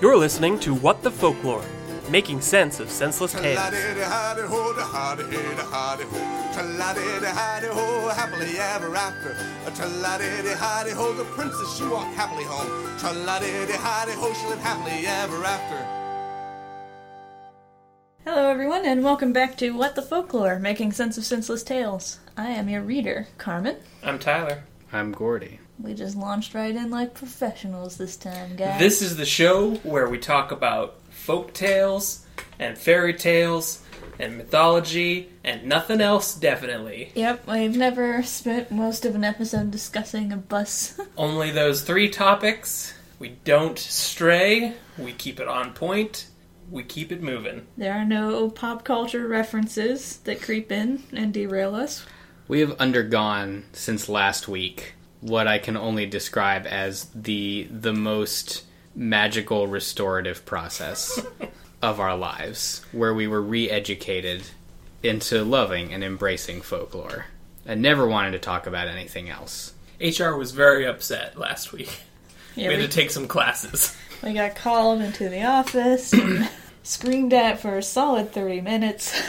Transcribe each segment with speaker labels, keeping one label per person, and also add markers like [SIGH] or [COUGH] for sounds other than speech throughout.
Speaker 1: You're listening to What the Folklore, making sense of senseless tales.
Speaker 2: La-di-di-hi-di-ho, da-ha-di-hi-di-hi-di-ho. Tra-la-di-di-hi-di-ho, happily ever after. Tra-la-di-di-hi-di-ho, the princess she walked happily home. Tra-la-di-di-hi-di-ho, she lived happily ever after.
Speaker 3: Hello, everyone, and welcome back to What the Folklore Making Sense of Senseless Tales. I am your reader, Carmen.
Speaker 4: I'm Tyler.
Speaker 5: I'm Gordy.
Speaker 3: We just launched right in like professionals this time, guys.
Speaker 4: This is the show where we talk about folk tales and fairy tales and mythology and nothing else definitely.
Speaker 3: Yep, I've never spent most of an episode discussing a bus. [LAUGHS]
Speaker 4: Only those three topics. We don't stray, we keep it on point, we keep it moving.
Speaker 3: there are no pop culture references that creep in and derail us.
Speaker 5: We have undergone since last week what I can only describe as the the most magical restorative process of our lives, where we were re-educated into loving and embracing folklore and never wanted to talk about anything else.
Speaker 4: HR was very upset last week.
Speaker 3: Yeah,
Speaker 4: We had
Speaker 3: we,
Speaker 4: to take some classes.
Speaker 3: we got called into the office and [COUGHS] screamed at for a solid 30 minutes. [LAUGHS]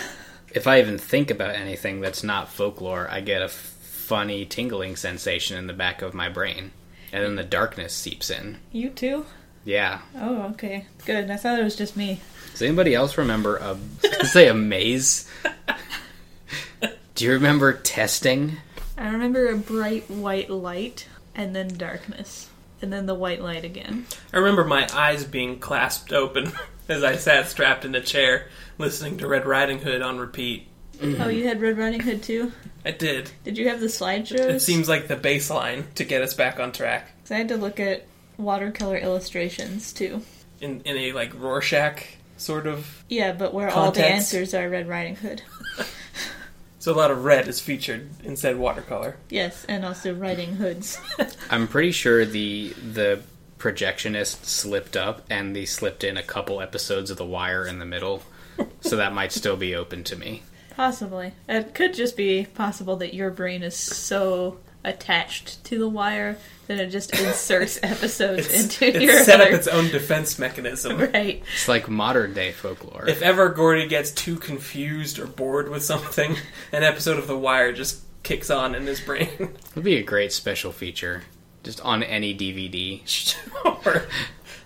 Speaker 5: If I even think about anything that's not folklore, I get a f- funny tingling sensation in the back of my brain, and then the darkness seeps in.
Speaker 3: You too?
Speaker 5: Yeah,
Speaker 3: Oh, okay. Good. I thought it was just me.
Speaker 5: Does anybody else remember a [LAUGHS] say a maze? Do you remember testing?
Speaker 3: I remember a bright white light and then darkness. And then the white light again.
Speaker 4: I remember my eyes being clasped open [LAUGHS] as I sat strapped in a chair listening to Red Riding Hood on repeat.
Speaker 3: Oh, you had Red Riding Hood too?
Speaker 4: I did.
Speaker 3: Did you have the slideshows?
Speaker 4: It seems like the baseline to get us back on track.
Speaker 3: 'Cause I had to look at watercolor illustrations too.
Speaker 4: in in a like Rorschach sort of.
Speaker 3: Yeah, but where all the
Speaker 4: Contents.
Speaker 3: answers are Red Riding Hood.
Speaker 4: So a lot of red is featured instead watercolor.
Speaker 3: Yes, and also Riding Hoods.
Speaker 5: I'm pretty sure the the projectionist slipped up and they slipped in a couple episodes of The Wire in the middle. So that might still be open to me.
Speaker 3: Possibly. It could just be possible that your brain is so attached to the wire that it just
Speaker 4: [LAUGHS]
Speaker 3: inserts episodes
Speaker 4: It's,
Speaker 3: into
Speaker 4: it's
Speaker 3: your
Speaker 4: set up
Speaker 3: other-
Speaker 4: its own defense mechanism.
Speaker 3: Right.
Speaker 5: It's like modern day folklore.
Speaker 4: If ever Gordy gets too confused or bored with something, an episode of The Wire just kicks on in his brain. [LAUGHS]
Speaker 5: It'd be a great special feature. Just on any DVD.
Speaker 4: Or,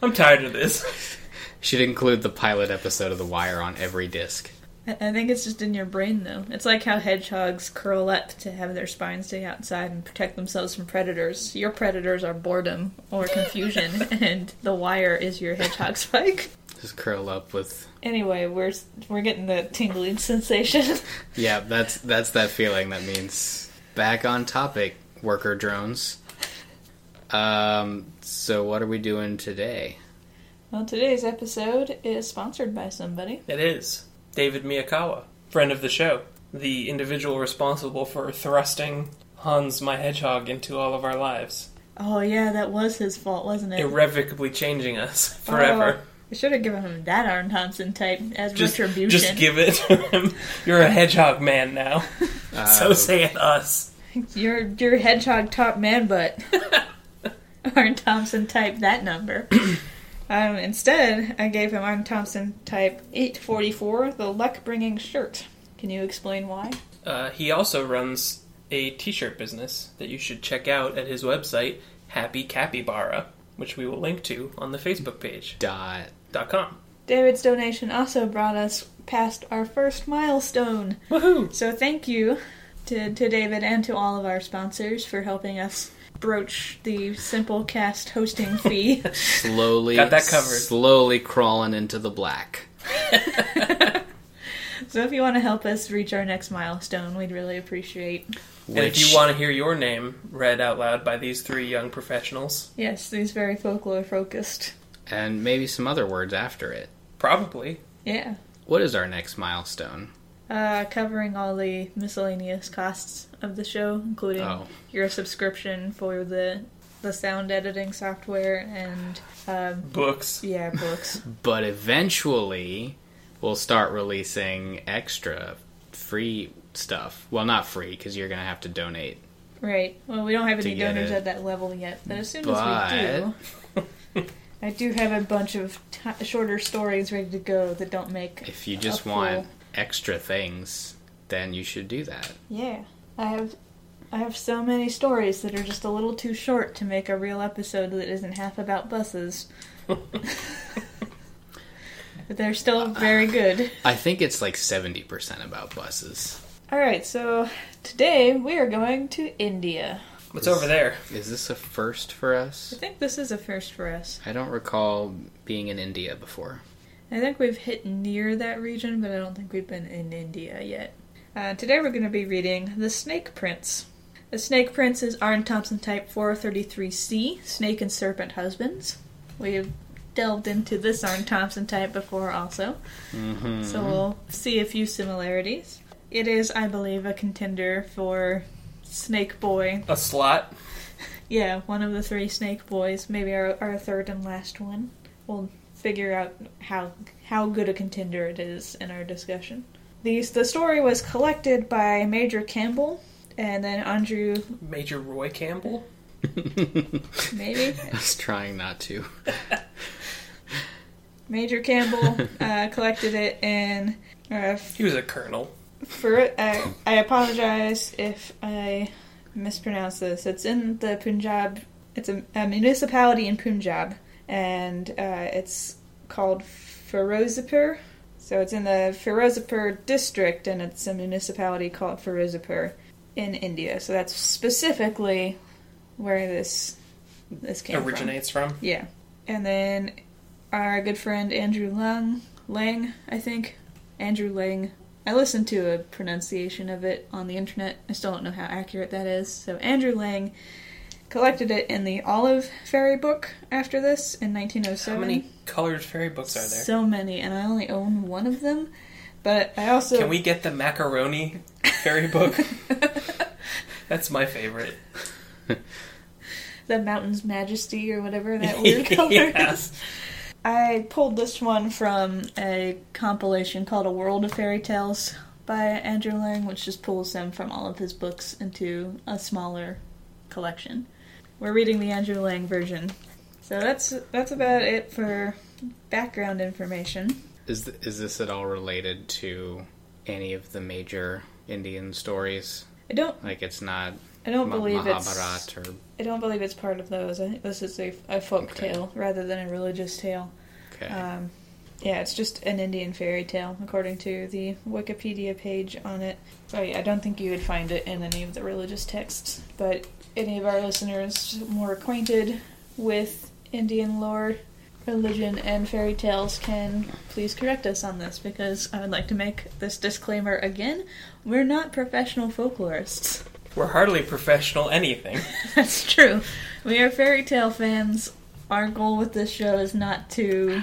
Speaker 4: I'm tired of this.
Speaker 5: Should include the pilot episode of The Wire on every disc.
Speaker 3: I I think it's just in your brain, though. It's like how hedgehogs curl up to have their spines stay outside and protect themselves from predators. Your predators are boredom or
Speaker 4: [LAUGHS]
Speaker 3: confusion, and the wire is your hedgehog spike.
Speaker 5: Just curl up with
Speaker 3: Anyway, we're we're getting the tingling [LAUGHS] sensation.
Speaker 5: Yeah, that's that's that feeling that means back on topic, worker drones. Um so what are we doing today?
Speaker 3: well, today's episode is sponsored by somebody.
Speaker 4: It is David Miyakawa, friend of the show, the individual responsible for thrusting Hans my hedgehog into all of our lives,
Speaker 3: Oh yeah, that was his fault, wasn't it?
Speaker 4: irrevocably changing us [LAUGHS] forever.
Speaker 3: Oh, I should have given him that Arn Thompson type as
Speaker 4: just,
Speaker 3: retribution.
Speaker 4: just give it to him. You're a hedgehog man now. so
Speaker 5: Uh,
Speaker 4: say it us.
Speaker 3: Your your hedgehog top man butt. Arn Thompson type that number. um, instead, I gave him Arn Thompson type 844, the luck bringing shirt. Can you explain why?
Speaker 4: Uh, he also runs a t-shirt business that you should check out at his website, Happy Capybara, which we will link to on the Facebook page
Speaker 5: dot
Speaker 4: dot .com.
Speaker 3: David's donation also brought us past our first milestone.
Speaker 4: Woohoo!
Speaker 3: So thank you to, to David and to all of our sponsors for helping us broach the simple cast hosting fee.
Speaker 5: slowly
Speaker 4: Got that covered.
Speaker 5: Slowly crawling into the black.
Speaker 3: so if you want to help us reach our next milestone, we'd really appreciate
Speaker 5: Which
Speaker 4: And if you want to hear your name read out loud by these three young professionals,
Speaker 3: Yes, these very folklore focused.
Speaker 5: and maybe some other words after it.
Speaker 4: probably.
Speaker 3: Yeah.
Speaker 5: What is our next milestone?
Speaker 3: Uh, covering all the miscellaneous costs of the show, including
Speaker 5: Oh.
Speaker 3: your subscription for the the sound editing software and um,
Speaker 4: Books.
Speaker 3: yeah, books.
Speaker 5: But eventually we'll start releasing extra free stuff. Well, not free cuz you're going to have to donate.
Speaker 3: [LAUGHS] right. Well, we don't have
Speaker 5: To
Speaker 3: any
Speaker 5: get
Speaker 3: donors
Speaker 5: it.
Speaker 3: at that level yet, but as soon as we
Speaker 5: But-
Speaker 3: do, I do have a bunch of t- shorter stories ready to go that don't make.
Speaker 5: If you just
Speaker 3: a
Speaker 5: want
Speaker 3: full-
Speaker 5: extra things, then you should do that.
Speaker 3: Yeah, I have, I have so many stories that are just a little too short to make a real episode that isn't half about [LAUGHS] buses. but they're still very good.
Speaker 5: I think it's like 70% about buses.
Speaker 3: All right, so today we are going to India.
Speaker 4: What's over there?
Speaker 5: Is this a first for us?
Speaker 3: I think this is a first for us.
Speaker 5: I don't recall being in India before.
Speaker 3: I think we've hit near that region, but I don't think we've been in India yet. Uh, today we're going to be reading The Snake Prince. The Snake Prince is Arn Thompson Type 433C, Snake and Serpent Husbands. We've delved into this Arn Thompson type before also,
Speaker 5: Mm-hmm.
Speaker 3: so we'll see a few similarities. It is, I believe, a contender for Snake Boy.
Speaker 4: A slot.
Speaker 3: Yeah, one of the three Snake Boys, maybe our, our third and last one. We'll figure out how how good a contender it is in our discussion. The the story was collected by Major Campbell and then Andrew
Speaker 4: Major Roy Campbell.
Speaker 3: maybe
Speaker 5: [LAUGHS] I was trying not to.
Speaker 3: Major Campbell uh, collected it and uh,
Speaker 4: He was a colonel.
Speaker 3: for it I, I apologize if I mispronounce this. It's in the Punjab. It's a, a municipality in Punjab, and uh, it's called Ferozepur. So it's in the Ferozepur district, and it's a municipality called Ferozepur in India. So that's specifically where this this came from.
Speaker 4: originates from.
Speaker 3: Yeah. And then our good friend Andrew Lang, Lang, I think. Andrew Lang. I listened to a pronunciation of it on the internet. I still don't know how accurate that is. So Andrew Lang collected it in the Olive Fairy book after this in 1907.
Speaker 4: How many colored fairy books are there?
Speaker 3: So many, and I only own one of them. But I also
Speaker 4: Can we get the macaroni fairy
Speaker 3: [LAUGHS]
Speaker 4: book? That's my favorite.
Speaker 3: the mountain's majesty or
Speaker 5: [LAUGHS]
Speaker 3: whatever that weird color is.
Speaker 4: Yes.
Speaker 3: I pulled this one from a compilation called A World of Fairy Tales by Andrew Lang, which just pulls them from all of his books into a smaller collection. We're reading the Andrew Lang version. So that's that's about it for background information.
Speaker 5: Is, th- is this at all related to any of the major Indian stories?
Speaker 3: I don't
Speaker 5: Like, it's not
Speaker 3: I don't
Speaker 5: Ma-
Speaker 3: believe it's
Speaker 5: Mahabharat or.
Speaker 3: I don't believe it's part of those. I think this is a, a folk
Speaker 5: Okay.
Speaker 3: tale rather than a religious tale.
Speaker 5: Okay.
Speaker 3: Um, yeah, it's just an Indian fairy tale, according to the Wikipedia page on it. So yeah, I don't think you would find it in any of the religious texts. But any of our listeners more acquainted with Indian lore, religion, and fairy tales can please correct us on this because I would like to make this disclaimer again. We're not professional folklorists.
Speaker 4: We're hardly professional anything.
Speaker 3: That's true. We are fairy tale fans. Our goal with this show is not to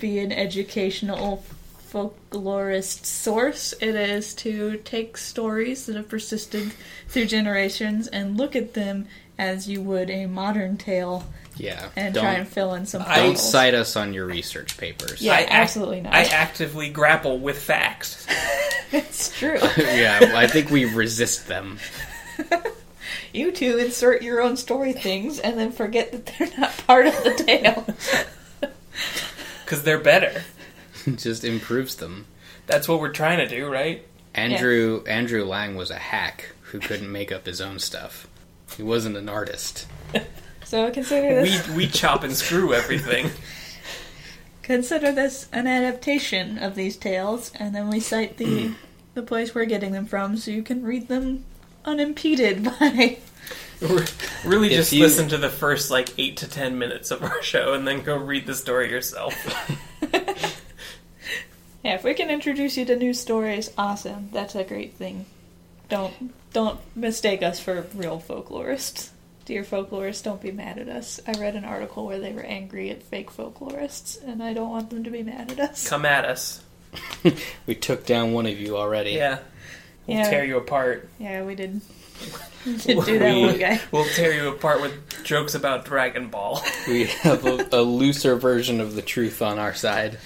Speaker 3: be an educational folklorist source. It is to take stories that have persisted through generations and look at them as you would a modern tale
Speaker 5: yeah.
Speaker 3: and
Speaker 5: don't
Speaker 3: try and fill in some
Speaker 4: I-
Speaker 5: don't
Speaker 3: holes.
Speaker 5: cite us on your research papers.
Speaker 3: Yeah,
Speaker 4: I act-
Speaker 3: absolutely not.
Speaker 4: I actively grapple with facts.
Speaker 3: It's true.
Speaker 5: [LAUGHS] yeah, I think we resist them. [LAUGHS]
Speaker 3: You two insert your own story things and then forget that they're not part of the
Speaker 5: [LAUGHS]
Speaker 3: tale.
Speaker 4: Because they're better.
Speaker 5: just improves them.
Speaker 4: That's what we're trying to do,
Speaker 3: [LAUGHS]
Speaker 4: right?
Speaker 5: Andrew Andrew Lang was a hack who couldn't make up his own stuff. He wasn't an artist.
Speaker 3: So consider this.
Speaker 4: We, we chop and screw everything.
Speaker 3: Consider this an adaptation of these tales, and then we cite [CLEARS THROAT] the the place we're getting them from, so you can read them unimpeded [LAUGHS] by.
Speaker 4: Re- [LAUGHS] really
Speaker 5: If
Speaker 4: just
Speaker 5: you-
Speaker 4: listen to the first like 8 to 10 minutes of our [LAUGHS] show and then go read the story
Speaker 5: [LAUGHS]
Speaker 4: yourself.
Speaker 3: Yeah, if we can introduce you to new stories, awesome. That's a great thing. Don't don't mistake us for real folklorists. Dear folklorists, don't be mad at us. I read an article where they were angry at fake folklorists, and I don't want them to be mad at us.
Speaker 4: Come at us.
Speaker 5: We took down one of you already.
Speaker 4: Yeah. We'll
Speaker 3: Yeah.
Speaker 4: tear you apart.
Speaker 3: Yeah, we
Speaker 4: [LAUGHS]
Speaker 3: did. We did do that one guy. [LAUGHS]
Speaker 4: We'll tear you apart with jokes about Dragon Ball. [LAUGHS]
Speaker 5: We have a, a looser version of the truth on our side.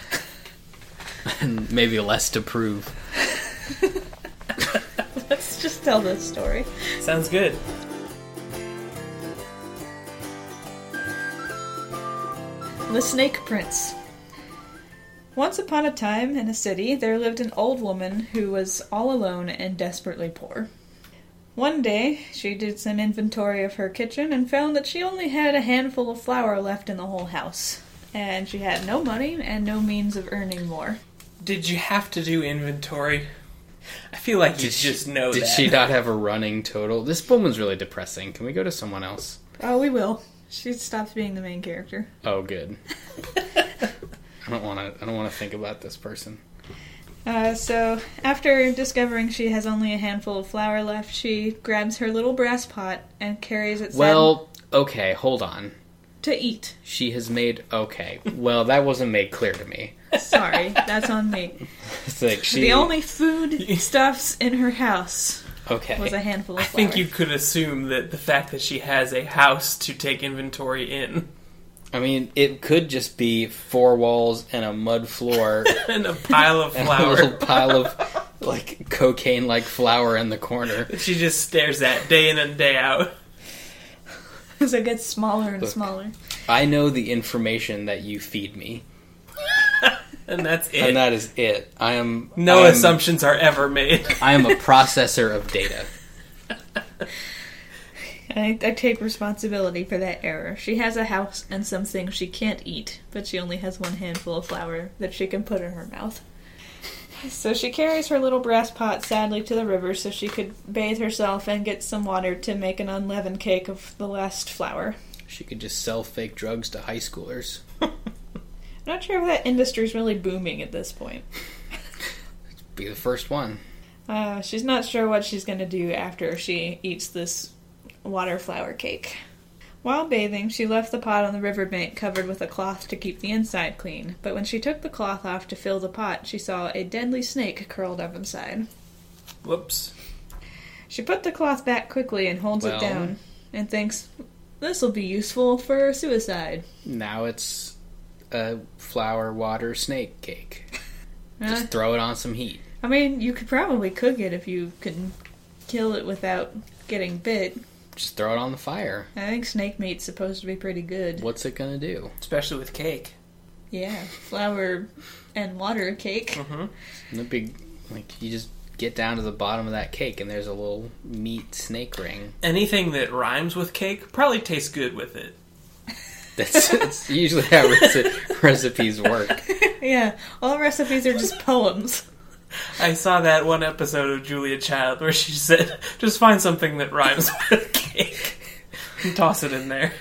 Speaker 5: And maybe less to prove.
Speaker 3: Let's just tell this story.
Speaker 4: Sounds good.
Speaker 3: The Snake Prince. Once upon a time in a city, there lived an old woman who was all alone and desperately poor. One day, she did some inventory of her kitchen and found that she only had a handful of flour left in the whole house. And she had no money and no means of earning more.
Speaker 4: Did you have to do inventory? I feel like you just know
Speaker 5: Did
Speaker 4: that. [LAUGHS]
Speaker 5: she not have a running total? This woman's really depressing. Can we go to someone else?
Speaker 3: Oh, we will. She stops being the main character.
Speaker 5: Oh, good. I don't want to. I don't want to think about this person.
Speaker 3: Uh, so, after discovering she has only a handful of flour left, she grabs her little brass pot and carries it sad-
Speaker 5: Well, okay, hold on.
Speaker 3: to eat.
Speaker 5: She has made okay. Well, that wasn't made clear to me.
Speaker 3: Sorry, that's on me.
Speaker 5: It's like she
Speaker 3: The only food stuffs in her house
Speaker 5: okay.
Speaker 3: was a handful of
Speaker 4: I
Speaker 3: flour.
Speaker 4: think you could assume that the fact that she has a house to take inventory in [LAUGHS]
Speaker 5: I mean, it could just be four walls and a mud
Speaker 4: [LAUGHS]
Speaker 5: floor
Speaker 4: and a pile of
Speaker 5: [LAUGHS] and a little
Speaker 4: flour
Speaker 5: pile of like cocaine-like flour in the corner.
Speaker 4: that [LAUGHS] she just stares at day in and day out.
Speaker 3: As [LAUGHS] it gets smaller and
Speaker 5: Look.
Speaker 3: smaller.
Speaker 5: I know the information that you feed me,
Speaker 4: And that's it.
Speaker 5: and that is it. I am
Speaker 4: no
Speaker 5: I am-
Speaker 4: assumptions are ever made. [LAUGHS]
Speaker 5: I am a processor of data.
Speaker 3: I, I take responsibility for that error. She has a house and some things she can't eat, but she only has one handful of flour that she can put in her mouth. So she carries her little brass pot sadly to the river so she could bathe herself and get some water to make an unleavened cake of the last flour.
Speaker 5: She could just sell fake drugs to high schoolers.
Speaker 3: I'm not sure if that industry's really booming at this point.
Speaker 5: Be the first one.
Speaker 3: Uh, she's not sure what she's going to do after she eats this water flower cake. While bathing, she left the pot on the riverbank covered with a cloth to keep the inside clean, but when she took the cloth off to fill the pot, she saw a deadly snake curled up inside.
Speaker 4: Whoops.
Speaker 3: She put the cloth back quickly and holds
Speaker 5: Well.
Speaker 3: it down and thinks, This will be useful for suicide.
Speaker 5: Now it's a flour water snake cake.
Speaker 3: Uh,
Speaker 5: Just throw it on some heat.
Speaker 3: I mean, you could probably cook it if you can kill it without getting bit.
Speaker 5: Just throw it on the fire.
Speaker 3: I think snake meat's supposed to be pretty good.
Speaker 5: What's it gonna do?
Speaker 4: Especially with cake.
Speaker 3: Yeah, flour and water cake.
Speaker 5: Uh-huh. It'd be like you just get down to the bottom of that cake and there's a little meat snake ring.
Speaker 4: Anything that rhymes with cake probably tastes good with it.
Speaker 5: That's [LAUGHS] it's usually how reci- [LAUGHS] recipes work.
Speaker 3: Yeah, all recipes are just poems.
Speaker 4: I saw that one episode of Julia Child where she said, just find something that rhymes [LAUGHS] with cake and toss it in there.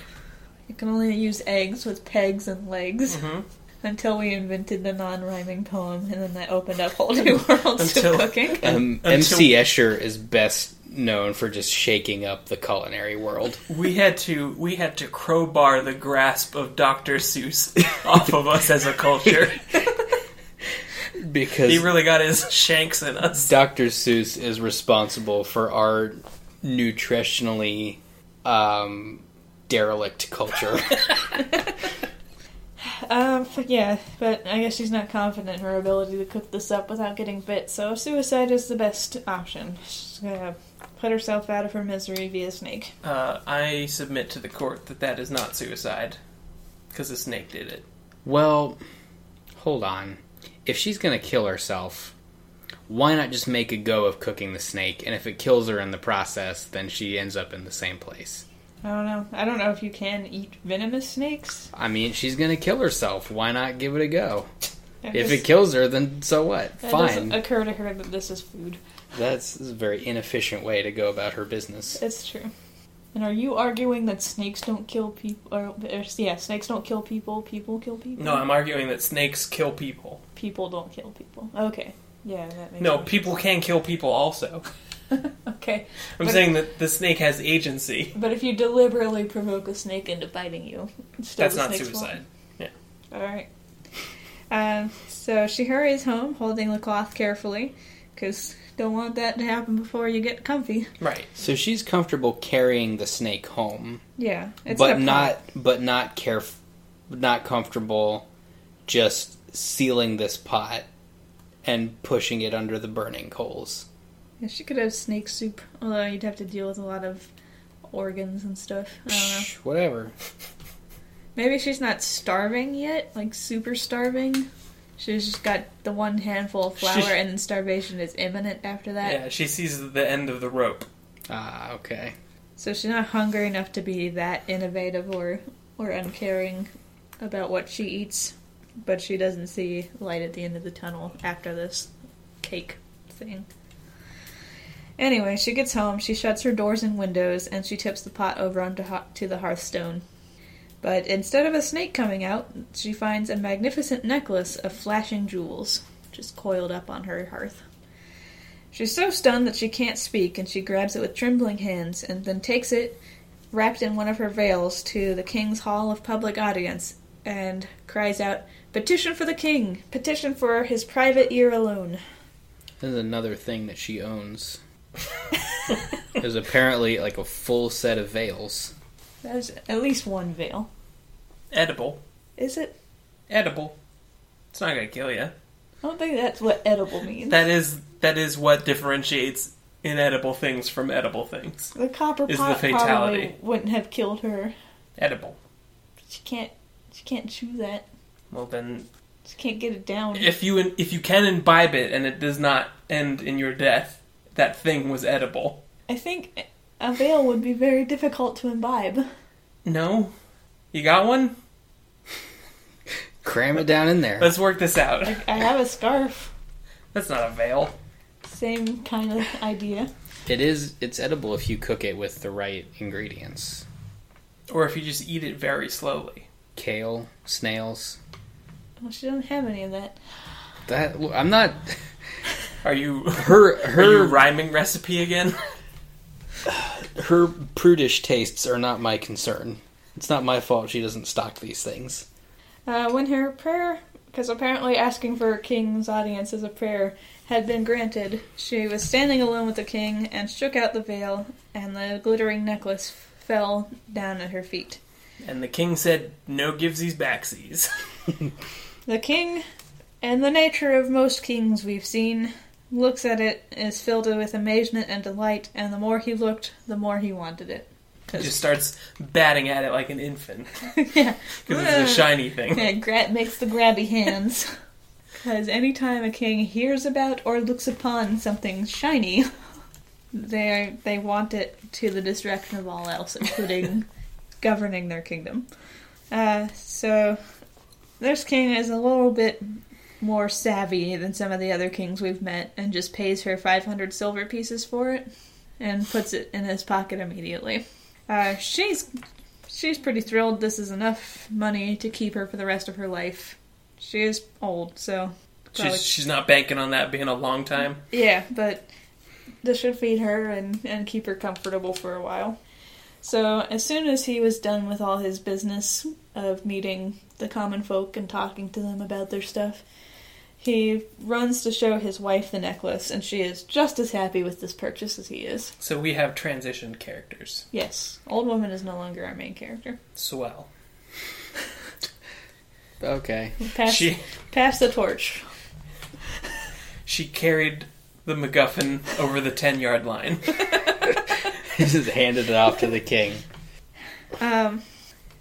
Speaker 3: You can only use eggs with pegs and legs.
Speaker 5: Mm-hmm.
Speaker 4: Mhm.
Speaker 3: Until we invented the non-rhyming poem, and then that opened up whole
Speaker 5: [LAUGHS]
Speaker 3: new worlds
Speaker 4: Until-
Speaker 3: to cooking.
Speaker 5: Um,
Speaker 4: Until-
Speaker 5: MC Escher is best known for just shaking up the culinary world.
Speaker 4: We had to we had to crowbar the grasp of Dr. Seuss off of us as a [LAUGHS] culture.
Speaker 5: Because
Speaker 4: He really got his shanks in us.
Speaker 5: Dr. Seuss is responsible for our nutritionally um, derelict
Speaker 4: [LAUGHS]
Speaker 5: culture.
Speaker 3: Um, but yeah, but I guess she's not confident in her ability to cook this up without getting bit, so suicide is the best option. She's gonna put herself out of her misery via snake.
Speaker 4: Uh, I submit to the court that that is not suicide because the snake did it.
Speaker 5: well, hold on. If she's going to kill herself, why not just make a go of cooking the snake? And if it kills her in the process, then she ends up in the same place.
Speaker 3: I don't know. I don't know if you can eat venomous snakes.
Speaker 5: I mean, she's going to kill herself. Why not give it a go?
Speaker 3: I
Speaker 5: If
Speaker 3: just-
Speaker 5: it kills her, then so what?
Speaker 3: That
Speaker 5: Fine.
Speaker 3: doesn't occur to her that this is food.
Speaker 5: That's a very inefficient way to go about her business.
Speaker 3: It's true. And are you arguing that snakes don't kill people? Or, or yeah, snakes don't kill people. People kill people.
Speaker 4: No, I'm arguing that snakes kill people.
Speaker 3: people don't kill people. Okay. Yeah, that makes
Speaker 4: No,
Speaker 3: sense.
Speaker 4: people can kill people also.
Speaker 3: Okay,
Speaker 4: I'm
Speaker 3: But-
Speaker 4: saying that the snake has agency.
Speaker 3: but if you deliberately provoke a snake into biting you, [LAUGHS] still
Speaker 4: That's
Speaker 3: the
Speaker 4: not
Speaker 3: snake's fault.
Speaker 4: suicide.
Speaker 3: All right. Um, so she hurries home, holding the cloth carefully, because don't want that to happen before you get comfy.
Speaker 4: Right.
Speaker 5: So she's comfortable carrying the snake home,
Speaker 3: Yeah, it's
Speaker 5: but
Speaker 3: in a pot.
Speaker 5: not but not caref- not comfortable just sealing this pot and pushing it under the burning coals.
Speaker 3: Yeah, she could have snake soup, although you'd have to deal with a lot of organs and stuff. I don't know.
Speaker 5: Psh, whatever.
Speaker 3: Maybe she's not starving yet, like super starving. She's just got the one handful of flour,
Speaker 4: She-
Speaker 3: and then starvation is imminent after that.
Speaker 4: Yeah, she sees the end of the rope.
Speaker 5: Ah, okay.
Speaker 3: So she's not hungry enough to be that innovative or or uncaring about what she eats, but she doesn't see light at the end of the tunnel after this cake thing. Anyway, she gets home, she shuts her doors and windows, and she tips the pot over onto ho- to the hearthstone. But instead of a snake coming out, she finds a magnificent necklace of flashing jewels, just coiled up on her hearth. She's so stunned that she can't speak, and she grabs it with trembling hands, and then takes it, wrapped in one of her veils, to the king's hall of public audience, and cries out, "Petition for the king! Petition for his private ear alone!"
Speaker 5: There's another thing that she
Speaker 3: [LAUGHS]
Speaker 5: owns. There's apparently like a full set of veils.
Speaker 3: There's at least one veil,
Speaker 4: Edible.
Speaker 3: is it?
Speaker 4: Edible. It's not gonna kill you.
Speaker 3: I don't think that's what edible means.
Speaker 4: That is that is what differentiates inedible things from edible things.
Speaker 3: the copper
Speaker 4: is the
Speaker 3: pot probably
Speaker 4: fatality.
Speaker 3: wouldn't have killed her.
Speaker 4: Edible.
Speaker 3: She can't. She can't chew that.
Speaker 4: Well then,
Speaker 3: She can't get it down.
Speaker 4: if you if you can imbibe it and it does not end in your death, that thing was edible.
Speaker 3: I think a veil would be very difficult to imbibe.
Speaker 4: No, you got one.
Speaker 5: Cram it down in there.
Speaker 4: Let's work this out.
Speaker 3: I, I have a scarf.
Speaker 4: That's not a veil.
Speaker 3: Same kind of idea.
Speaker 5: It is. It's edible if you cook it with the right ingredients.
Speaker 4: Or if you just eat it very slowly.
Speaker 5: Kale, snails.
Speaker 3: Well, she doesn't have any of that.
Speaker 5: That I'm not.
Speaker 4: Are you
Speaker 5: Her
Speaker 4: are you
Speaker 5: her
Speaker 4: rhyming recipe again?
Speaker 5: her prudish tastes are not my concern. It's not my fault she doesn't stock these things.
Speaker 3: Uh, when her prayer, because apparently asking for a king's audience as a prayer, had been granted, she was standing alone with the king and shook out the veil, and the glittering necklace fell down at her feet.
Speaker 4: And the king said, "No gives these backsies." [LAUGHS]
Speaker 3: The king, and the nature of most kings we've seen, looks at it, is filled with amazement and delight, and the more he looked, the more he wanted it.
Speaker 4: He just starts batting at it like an infant
Speaker 3: [LAUGHS] yeah.
Speaker 4: because it's a shiny thing.
Speaker 3: [LAUGHS] Yeah, Grat makes the grabby hands. [LAUGHS] Because anytime a king hears about or looks upon something shiny, [LAUGHS] they they want it to the distraction of all else, including [LAUGHS] governing their kingdom. Uh, so this king is a little bit more savvy than some of the other kings we've met, and just pays her 500 silver pieces for it, and puts it in his pocket immediately. Uh, she's She's pretty thrilled this is enough money to keep her for the rest of her life. She is old, so. probably-
Speaker 4: She's, she's not banking on that being a long time.
Speaker 3: yeah, but this should feed her and, and keep her comfortable for a while. So, as soon as he was done with all his business of meeting the common folk and talking to them about their stuff, he runs to show his wife the necklace, and she is just as happy with this purchase as he is.
Speaker 4: So we have transitioned characters.
Speaker 3: Yes, Old Woman is no longer our main character.
Speaker 4: Swell.
Speaker 5: Okay. [LAUGHS]
Speaker 3: Pass,
Speaker 4: She
Speaker 3: pass the torch.
Speaker 4: she carried the MacGuffin over the ten yard line.
Speaker 5: He just handed it off to the king.
Speaker 3: Um,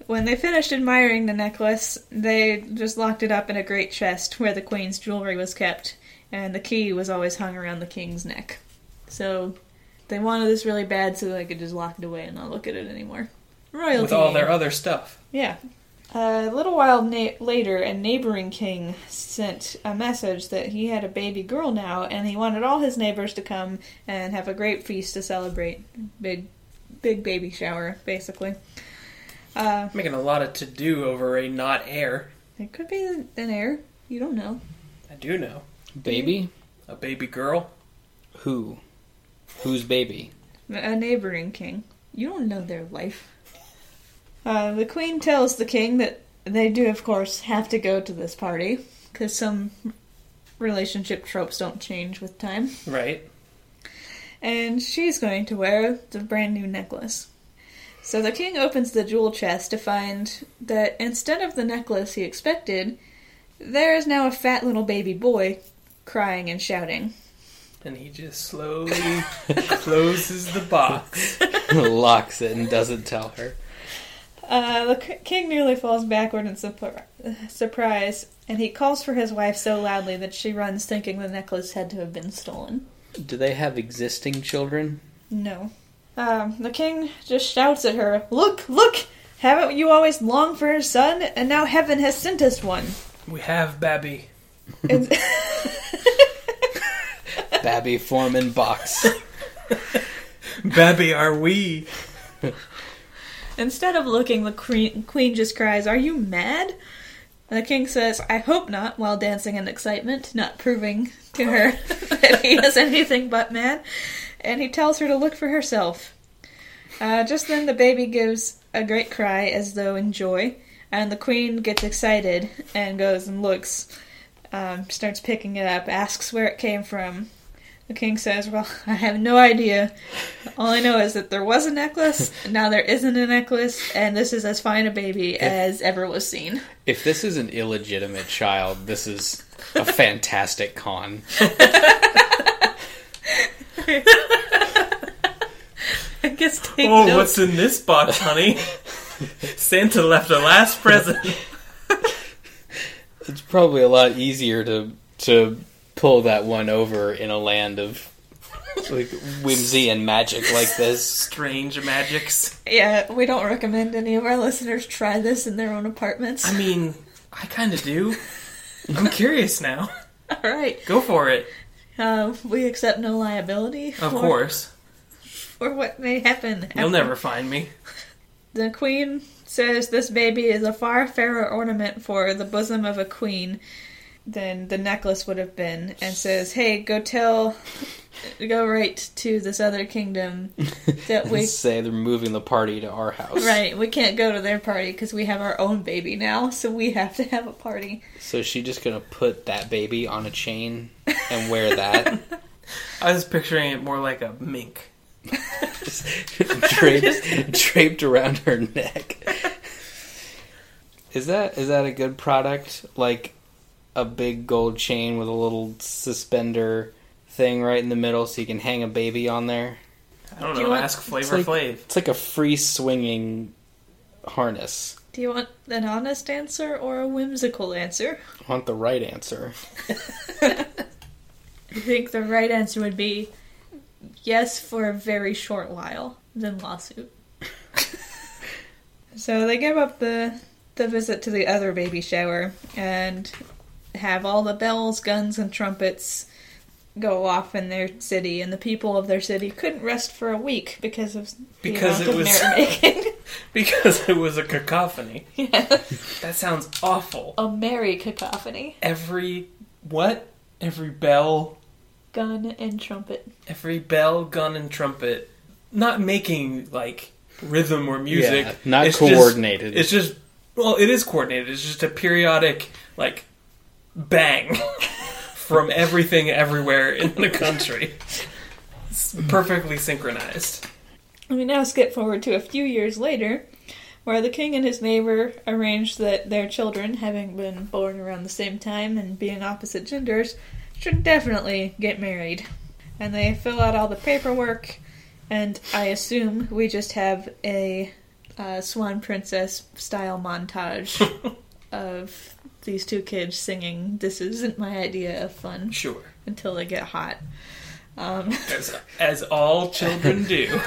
Speaker 3: when they finished admiring the necklace, they just locked it up in a great chest where the queen's jewelry was kept, and the key was always hung around the king's neck. So they wanted this really bad so they could just lock it away and not look at it anymore. Royalty.
Speaker 4: with all
Speaker 3: name.
Speaker 4: their other stuff.
Speaker 3: Yeah. A little while na- later, a neighboring king sent a message that he had a baby girl now, and he wanted all his neighbors to come and have a great feast to celebrate. Big, big baby shower, basically. Uh,
Speaker 4: Making a lot of to do over a not heir.
Speaker 3: it could be an heir. You don't know.
Speaker 4: I do know.
Speaker 5: Baby?
Speaker 4: A baby girl.
Speaker 5: Who? Whose baby? [LAUGHS]
Speaker 3: a neighboring king. You don't know their life. Uh, the queen tells the king that they do, of course, have to go to this party because some relationship tropes don't change with time.
Speaker 4: Right.
Speaker 3: and she's going to wear the brand new necklace. So the king opens the jewel chest to find that instead of the necklace he expected, there is now a fat little baby boy crying and shouting.
Speaker 4: And he just slowly closes the box.
Speaker 5: Locks it and doesn't tell her.
Speaker 3: Uh, the k- king nearly falls backward in surpri- surprise, and he calls for his wife so loudly that she runs, thinking the necklace had to have been stolen.
Speaker 5: Do they have existing children?
Speaker 3: No. Um, the king just shouts at her, Look, look! Haven't you always longed for a son? And now heaven has sent us one.
Speaker 4: We have Babby.
Speaker 3: And-
Speaker 5: Babby Foreman Box.
Speaker 4: Babby, are we?
Speaker 3: Instead of looking, the queen, queen just cries, Are you mad? And the king says, I hope not, while dancing in excitement, not proving to her [LAUGHS] that he is anything but mad. And he tells her to look for herself. Uh, just then, the baby gives a great cry as though in joy, and the queen gets excited and goes and looks, um, starts picking it up, asks where it came from. The king says, Well, [LAUGHS] I have no idea. All I know is that there was a necklace,
Speaker 4: [LAUGHS]
Speaker 3: and now there isn't a necklace, and this is as fine a baby as ever was seen.
Speaker 5: [LAUGHS]
Speaker 4: [LAUGHS]
Speaker 5: If this is an illegitimate child, this is a fantastic con.
Speaker 3: I [LAUGHS] guess
Speaker 4: [LAUGHS]
Speaker 3: take
Speaker 4: Oh,
Speaker 3: note.
Speaker 4: what's in this box, honey? [LAUGHS] Santa left a last present.
Speaker 5: It's probably a lot easier to to pull that one over in a land of like whimsy and magic like
Speaker 4: [LAUGHS]
Speaker 5: this.
Speaker 4: Strange magics.
Speaker 3: Yeah, we don't recommend any of our listeners try this in their own apartments.
Speaker 4: I mean, I kind of do. I'm curious now.
Speaker 3: All right,
Speaker 4: Go for it.
Speaker 3: uh, we accept no liability.
Speaker 4: Of
Speaker 3: for,
Speaker 4: course.
Speaker 3: for what may happen.
Speaker 4: You'll
Speaker 3: after-
Speaker 4: never find me.
Speaker 3: The queen says this baby is a far fairer ornament for the bosom of a queen than the necklace would have been, and says, "Hey, go tell, go right to this other kingdom that we
Speaker 5: Say they're moving the party to our house.
Speaker 3: right we can't go to their party because we have our own baby now, so we have to have a party."
Speaker 5: So is she just gonna put that baby on a chain
Speaker 3: [LAUGHS]
Speaker 5: and wear that?
Speaker 4: I was picturing it more like a mink.
Speaker 5: Just draped, draped around her neck. Is that is that a good product? Like a big gold chain with a little suspender thing right in the middle, so you can hang a baby on there.
Speaker 4: I don't
Speaker 3: Do
Speaker 4: know.
Speaker 3: you want-
Speaker 4: ask
Speaker 5: It's
Speaker 4: Flavor
Speaker 5: like,
Speaker 4: Flav.
Speaker 5: it's like a free swinging harness.
Speaker 3: Do you want an honest answer or a whimsical answer?
Speaker 5: I want the right answer.
Speaker 3: I think the right answer would be yes for a very short while, then lawsuit. [LAUGHS] so they give up the the visit to the other baby shower and have all the bells, guns, and trumpets go off in their city, and the people of their city couldn't rest for a week because of the
Speaker 4: Because
Speaker 3: amount
Speaker 4: it
Speaker 3: of
Speaker 4: was-
Speaker 3: merrymaking.
Speaker 4: [LAUGHS] Because it was a cacophony.
Speaker 3: yeah,
Speaker 4: [LAUGHS] That sounds awful.
Speaker 3: [LAUGHS] a merry cacophony,
Speaker 4: Every what? Every bell,
Speaker 3: gun and trumpet.
Speaker 4: every bell, gun, and trumpet. Not making like rhythm or music.
Speaker 5: Yeah, not
Speaker 4: just-
Speaker 5: coordinated.
Speaker 4: it's just well, it is coordinated. It's just a periodic like bang [LAUGHS] from everything everywhere in the country. It's perfectly synchronized.
Speaker 3: We now skip forward to a few years later, where the king and his neighbor arranged that their children, having been born around the same time and being opposite genders, should definitely get married. And they fill out all the paperwork, and I assume we just have a uh, Swan Princess style montage of these two kids singing, This Isn't My Idea of Fun,
Speaker 4: Sure.
Speaker 3: until they get hot. Um,
Speaker 4: As, as all children do.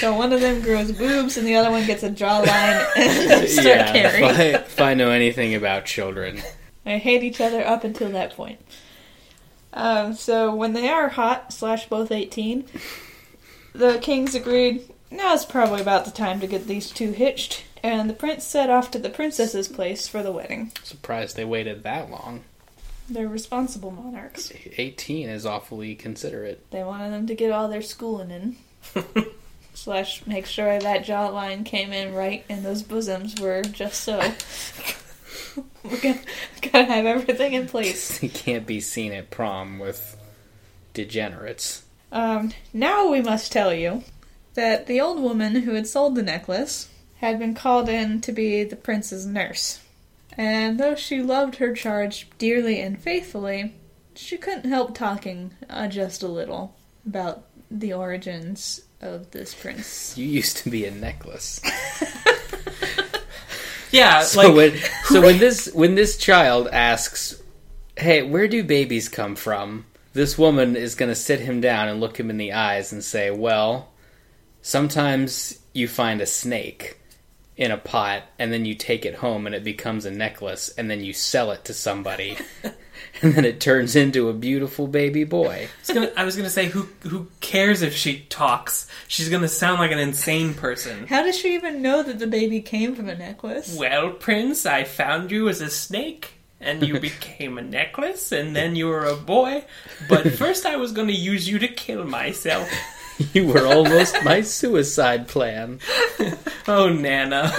Speaker 3: So one of them grows boobs and the other one gets a jawline and they [LAUGHS] start carrying.
Speaker 5: if I, if I know anything about children,
Speaker 3: They hate each other up until that point. Um, so when they are hot, slash both 18, the kings agreed, now is probably about the time to get these two hitched. And the prince set off to the princess's place for the wedding.
Speaker 5: surprised they waited that long.
Speaker 3: They're responsible monarchs.
Speaker 5: 18 is awfully considerate. [LAUGHS]
Speaker 3: They wanted them to get all their schooling in. slash make sure that jawline came in right and those bosoms were just so. We're gonna, gotta have everything in place.
Speaker 5: He can't be seen at prom with degenerates.
Speaker 3: Um, now we must tell you that the old woman who had sold the necklace had been called in to be the prince's nurse. And though she loved her charge dearly and faithfully, she couldn't help talking uh, just a little about the origins of this prince.
Speaker 5: You used to be a necklace.
Speaker 4: Yeah,
Speaker 5: [LAUGHS] So
Speaker 4: like
Speaker 5: when so when this when this child asks, "Hey, where do babies come from?" This woman is going to sit him down and look him in the eyes and say, "Well, sometimes you find a snake in a pot and then you take it home and it becomes a necklace and then you sell it to somebody." And then it turns into a beautiful baby boy.
Speaker 4: I was gonna, I was gonna say who who cares if she talks? She's gonna sound like an insane person.
Speaker 3: How does she even know that the baby came from a necklace?
Speaker 4: Well, Prince, I found you as a snake, and [LAUGHS] you became a necklace, and then you were a boy. [LAUGHS] But first, I was going to use you to kill myself.
Speaker 5: You were almost my suicide plan.
Speaker 4: Oh, Nana.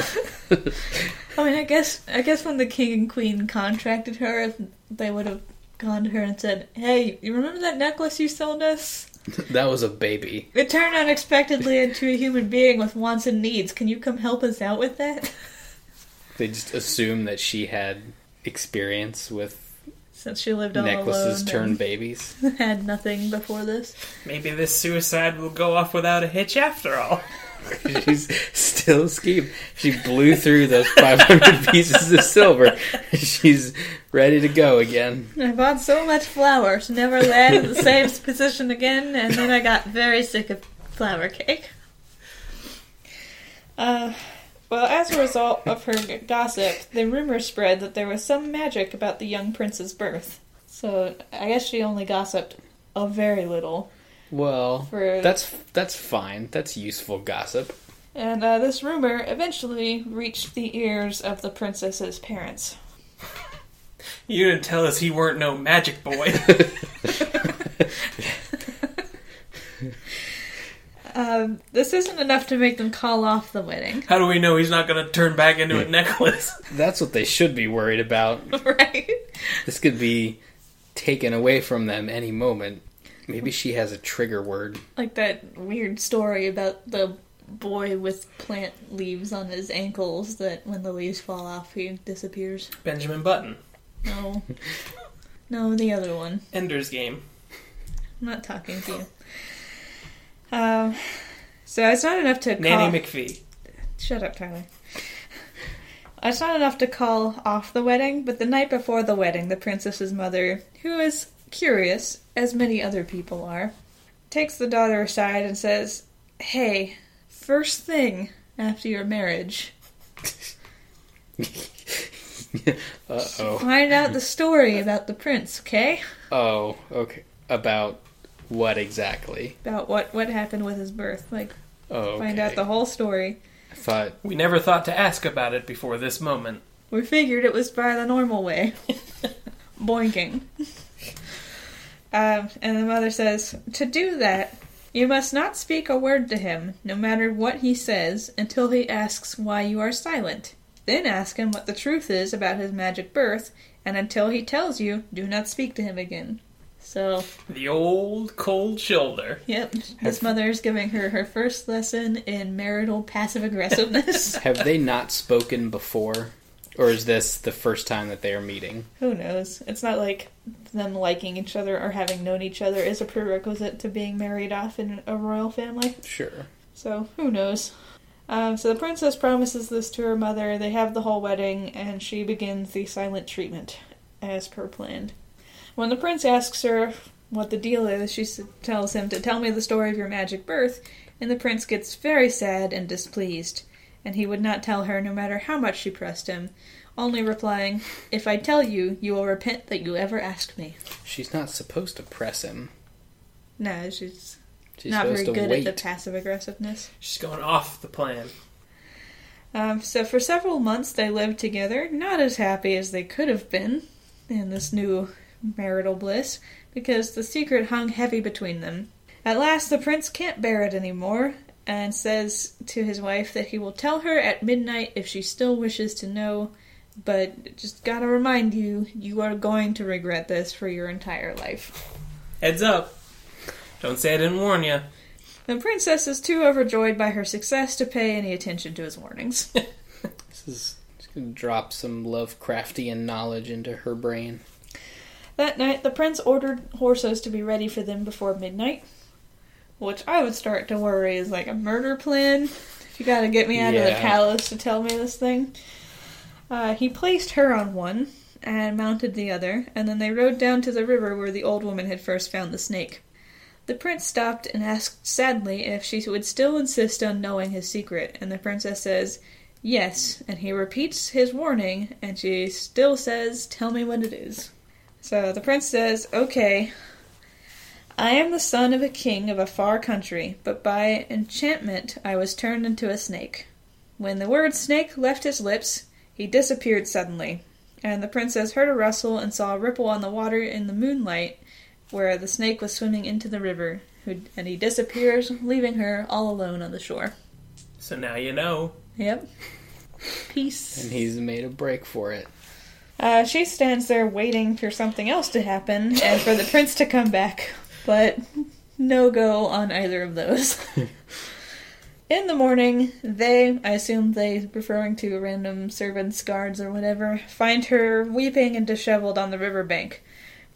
Speaker 3: I mean, I guess I guess when the king and queen contracted her, if they would have gone to her and said, "Hey, you remember that necklace you sold us?
Speaker 5: That was a baby.
Speaker 3: It turned unexpectedly into a human being with wants and needs. Can you come help us out with that?" [LAUGHS]
Speaker 5: They just assume that she had experience with
Speaker 3: Since she lived all
Speaker 5: necklaces
Speaker 3: alone
Speaker 5: turn
Speaker 3: [LAUGHS]
Speaker 5: babies.
Speaker 3: and had nothing before this.
Speaker 4: [LAUGHS] Maybe this suicide will go off without a hitch after all.
Speaker 5: She's still scheme. She blew through those
Speaker 3: [LAUGHS]
Speaker 5: 500 pieces of silver. She's ready to go again.
Speaker 3: I bought so much flour to never land in the same [LAUGHS] position again, and then I got very sick of flour cake. Uh, well, as a result of her g- gossip, the rumor spread that there was some magic about the young prince's birth. So I guess she only gossiped a very little.
Speaker 5: Well,
Speaker 3: For-
Speaker 5: that's that's fine. That's useful gossip.
Speaker 3: And uh, this rumor eventually reached the ears of the princess's parents.
Speaker 4: You didn't tell us he weren't no magic [LAUGHS] boy.
Speaker 3: Um, this isn't enough to make them call off the wedding, [LAUGHS]
Speaker 4: How do we know he's not going to turn back into a necklace?
Speaker 5: That's what they should be worried about.
Speaker 3: right?
Speaker 5: This could be taken away from them any moment. Maybe she has a trigger word. [LAUGHS]
Speaker 3: like that weird story about the boy with plant leaves on his ankles that when the leaves fall off he disappears
Speaker 4: [LAUGHS] Benjamin Button.
Speaker 3: no no the other one
Speaker 4: Ender's Game.
Speaker 3: i'm not talking to you um so it's not enough to call
Speaker 4: Nanny McPhee.
Speaker 3: shut up tyler it's not enough to call off the wedding but the night before the wedding the princess's mother who is curious as many other people are takes the daughter aside and says, Hey, first thing after your marriage,
Speaker 5: Uh oh.
Speaker 3: find out the story about the prince, okay?
Speaker 5: Oh, okay. About what exactly?
Speaker 3: About what, what happened with his birth. Like,
Speaker 5: Oh, okay.
Speaker 3: find out the whole story.
Speaker 5: I thought
Speaker 4: We never thought to ask about it before this moment.
Speaker 3: We figured it was by the normal way. Boinking. um, and the mother says, To do that, you must not speak a word to him, no matter what he says, until he asks why you are silent. Then ask him what the truth is about his magic birth, and until he tells you, do not speak to him again. So,
Speaker 4: The old cold shoulder.
Speaker 3: yep, this mother is giving her her first lesson in marital passive aggressiveness.
Speaker 5: Have they not spoken before? Or is this the first time that they are meeting?
Speaker 3: Who knows? It's not like them liking each other or having known each other is a prerequisite to being married off in a royal family.
Speaker 5: Sure.
Speaker 3: So, who knows? Um, so, the princess promises this to her mother. They have the whole wedding, and she begins the silent treatment as per planned. When the prince asks her what the deal is, she s- tells him to tell me the story of your magic birth, and the prince gets very sad and displeased, and he would not tell her no matter how much she pressed him, only replying, If I tell you, you will repent that you ever asked me.
Speaker 5: She's not supposed to press him.
Speaker 3: No, she's
Speaker 5: She's
Speaker 3: not very
Speaker 5: supposed to
Speaker 3: good
Speaker 5: wait.
Speaker 3: at the passive aggressiveness.
Speaker 4: She's going off the plan.
Speaker 3: Um, so for several months they lived together, not as happy as they could have been in this new marital bliss, because the secret hung heavy between them. At last the prince can't bear it anymore, and says to his wife that he will tell her at midnight if she still wishes to know, but just gotta remind you, you are going to regret this for your entire life.
Speaker 4: Heads up. Don't say I didn't warn you.
Speaker 3: The princess is too overjoyed by her success to pay any attention to his warnings.
Speaker 5: This is she's gonna drop some Lovecraftian knowledge into her brain.
Speaker 3: That night, the prince ordered horses to be ready for them before midnight, which I would start to worry is like a murder plan. If you gotta get me out of the
Speaker 5: Yeah.
Speaker 3: palace to tell me this thing. Uh, he placed her on one and mounted the other, and then they rode down to the river where the old woman had first found the snake. The prince stopped and asked sadly if she would still insist on knowing his secret, and the princess says, Yes, and he repeats his warning, and she still says, Tell me what it is. So the prince says, Okay, I am the son of a king of a far country, but by enchantment I was turned into a snake. When the word snake left his lips, he disappeared suddenly, and the princess heard a rustle and saw a ripple on the water in the moonlight where the snake was swimming into the river, who- and he disappears, leaving her all alone on the shore.
Speaker 4: So now you know.
Speaker 3: Yep. Peace.
Speaker 5: And he's made a break for it.
Speaker 3: Uh, she stands there waiting for something else to happen and for the prince to come back, but no go on either of those. In the morning, they, I assume they referring to random servants, guards, or whatever, find her weeping and disheveled on the riverbank,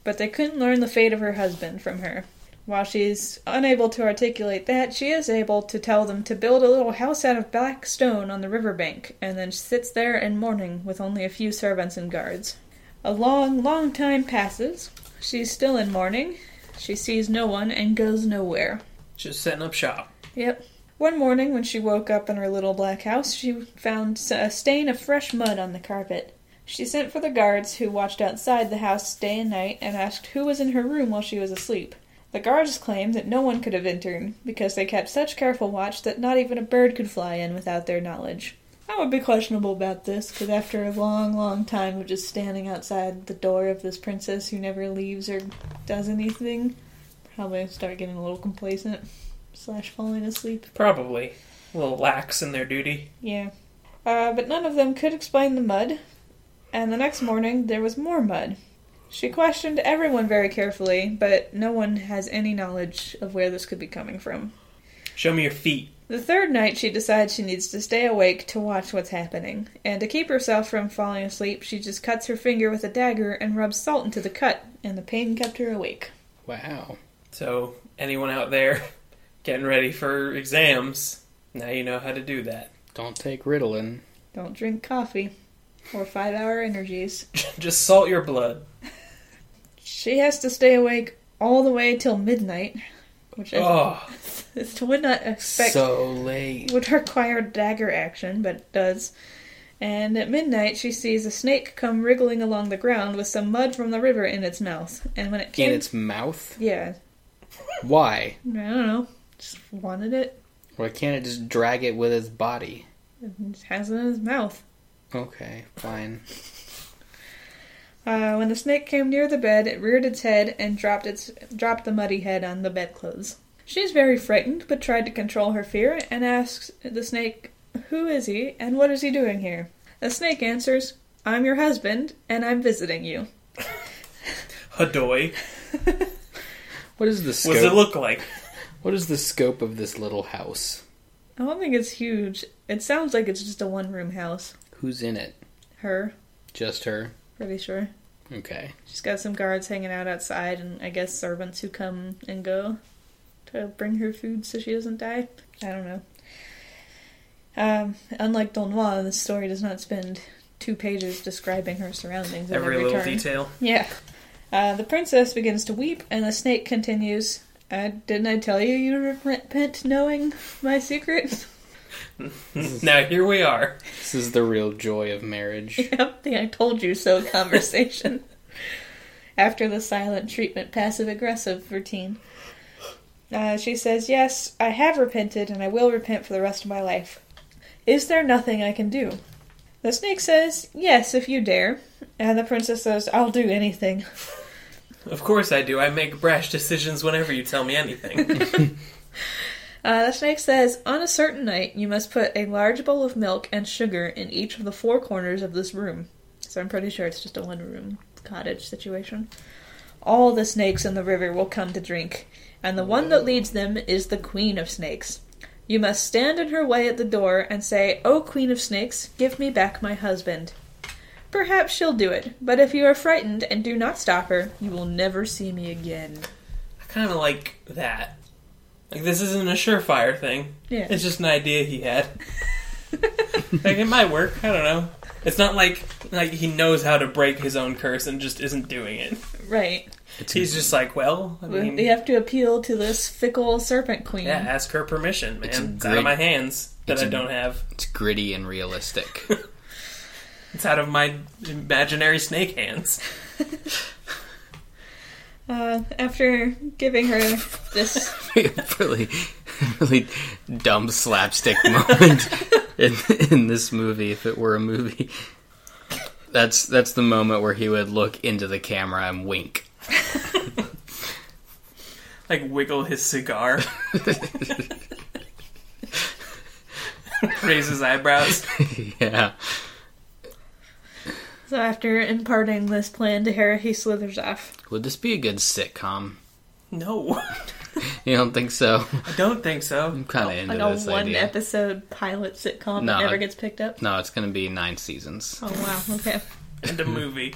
Speaker 3: but they couldn't learn the fate of her husband from her. While she's unable to articulate that, she is able to tell them to build a little house out of black stone on the riverbank, and then sits there in mourning with only a few servants and guards. A long, long time passes. She's still in mourning. She sees no one and goes nowhere.
Speaker 4: Just setting up shop.
Speaker 3: Yep. One morning, when she woke up in her little black house, she found s- a stain of fresh mud on the carpet. She sent for the guards who watched outside the house day and night and asked who was in her room while she was asleep. The guards claimed that no one could have entered because they kept such careful watch that not even a bird could fly in without their knowledge. I would be questionable about this because after a long, long time of just standing outside the door of this princess who never leaves or does anything, probably start getting a little complacent slash falling asleep.
Speaker 4: Probably. A little lax in their duty.
Speaker 3: Yeah. Uh, but none of them could explain the mud, and the next morning there was more mud. She questioned everyone very carefully, but no one has any knowledge of where this could be coming from.
Speaker 4: Show me your feet.
Speaker 3: The third night, she decides she needs to stay awake to watch what's happening. And to keep herself from falling asleep, she just cuts her finger with a dagger and rubs salt into the cut, and the pain kept her awake.
Speaker 5: Wow.
Speaker 4: So, anyone out there [LAUGHS] getting ready for exams, now you know how to do that. [LAUGHS]
Speaker 5: Don't take Ritalin.
Speaker 3: Don't drink coffee or five hour energies.
Speaker 4: Just salt your blood.
Speaker 3: She has to stay awake all the way till midnight, which I
Speaker 4: Oh,
Speaker 3: This would not expect
Speaker 5: So late.
Speaker 3: would require dagger action, but it does. And at midnight, she sees a snake come wriggling along the ground with some mud from the river in its mouth. And when it came,
Speaker 5: In its mouth?
Speaker 3: yeah,
Speaker 5: Why?
Speaker 3: I don't know, just wanted it.
Speaker 5: Why can't it just drag it with its body?
Speaker 3: and just has it in his mouth.
Speaker 5: Okay, fine.
Speaker 3: Uh, when the snake came near the bed, it reared its head and dropped its dropped the muddy head on the bedclothes. She's very frightened, but tried to control her fear and asks the snake, "Who is he, and what is he doing here?" The snake answers, "I'm your husband, and I'm visiting you."
Speaker 4: Hadoy.
Speaker 5: What is the
Speaker 4: What
Speaker 5: scope?
Speaker 4: does it look like?
Speaker 5: what is the scope of this little house?
Speaker 3: I don't think it's huge. It sounds like it's just a one room house.
Speaker 5: Who's in it?
Speaker 3: Her,
Speaker 5: Just her?
Speaker 3: pretty sure.
Speaker 5: Okay.
Speaker 3: She's got some guards hanging out outside, and I guess servants who come and go to bring her food so she doesn't die. I don't know. Um, unlike Don Juan, this story does not spend two pages describing her surroundings. at
Speaker 4: Every
Speaker 3: every
Speaker 4: little
Speaker 3: turn.
Speaker 4: detail.
Speaker 3: Yeah. Uh, the princess begins to weep, and the snake continues. Uh, didn't I tell you you repent knowing my secret?
Speaker 4: Now here we are.
Speaker 5: This is the real joy of
Speaker 4: [LAUGHS]
Speaker 5: marriage.
Speaker 3: Yep, the I told you so conversation. [LAUGHS] After the silent treatment, passive aggressive routine. Uh, she says, Yes, I have repented and I will repent for the rest of my life. Is there nothing I can do? The snake says, Yes, if you dare. And the princess says, I'll do anything.
Speaker 4: Of course I do. I make brash decisions whenever you tell me anything. [LAUGHS]
Speaker 3: Uh, the snake says, On a certain night, you must put a large bowl of milk and sugar in each of the four corners of this room. So I'm pretty sure it's just a one room cottage situation. All the snakes in the river will come to drink, and the one that leads them is the queen of snakes. You must stand in her way at the door and say, O queen of snakes, give me back my husband. Perhaps she'll do it, but if you are frightened and do not stop her, you will never see me again.
Speaker 4: I kind of like that. Like this isn't a surefire thing.
Speaker 3: Yeah.
Speaker 4: [LAUGHS] It's just an idea he had. like it might work. I don't know. It's not like like he knows how to break his own curse and just isn't doing it.
Speaker 3: Right.
Speaker 5: It's
Speaker 4: He's just like, well, I mean,
Speaker 3: They have to appeal to this fickle serpent queen.
Speaker 4: yeah, ask her permission, man.
Speaker 5: It's
Speaker 4: It's,
Speaker 5: a
Speaker 4: out
Speaker 5: great-
Speaker 4: of my hands that
Speaker 5: it's
Speaker 4: I
Speaker 5: a-
Speaker 4: don't have.
Speaker 5: it's gritty and realistic. [LAUGHS]
Speaker 4: It's out of my imaginary snake hands.
Speaker 3: Uh, after giving her this,
Speaker 5: really, really dumb slapstick
Speaker 4: [LAUGHS]
Speaker 5: moment in, in this movie. If it were a movie, that's that's the moment where he would look into the camera and wink. [LAUGHS]
Speaker 4: Like wiggle his cigar. [LAUGHS] Raise his eyebrows.
Speaker 5: yeah,
Speaker 3: so after imparting this plan to her, he slithers off.
Speaker 5: would this be a good sitcom?
Speaker 4: No,
Speaker 5: You don't think so?
Speaker 4: I don't think so.
Speaker 5: I'm kind of into
Speaker 3: Like a
Speaker 5: this
Speaker 3: one
Speaker 5: idea.
Speaker 3: episode pilot sitcom
Speaker 5: No,
Speaker 3: that never
Speaker 5: like-
Speaker 3: gets picked up.
Speaker 5: no, it's gonna be nine seasons.
Speaker 3: Oh wow, okay.
Speaker 4: And a
Speaker 5: [LAUGHS]
Speaker 4: movie.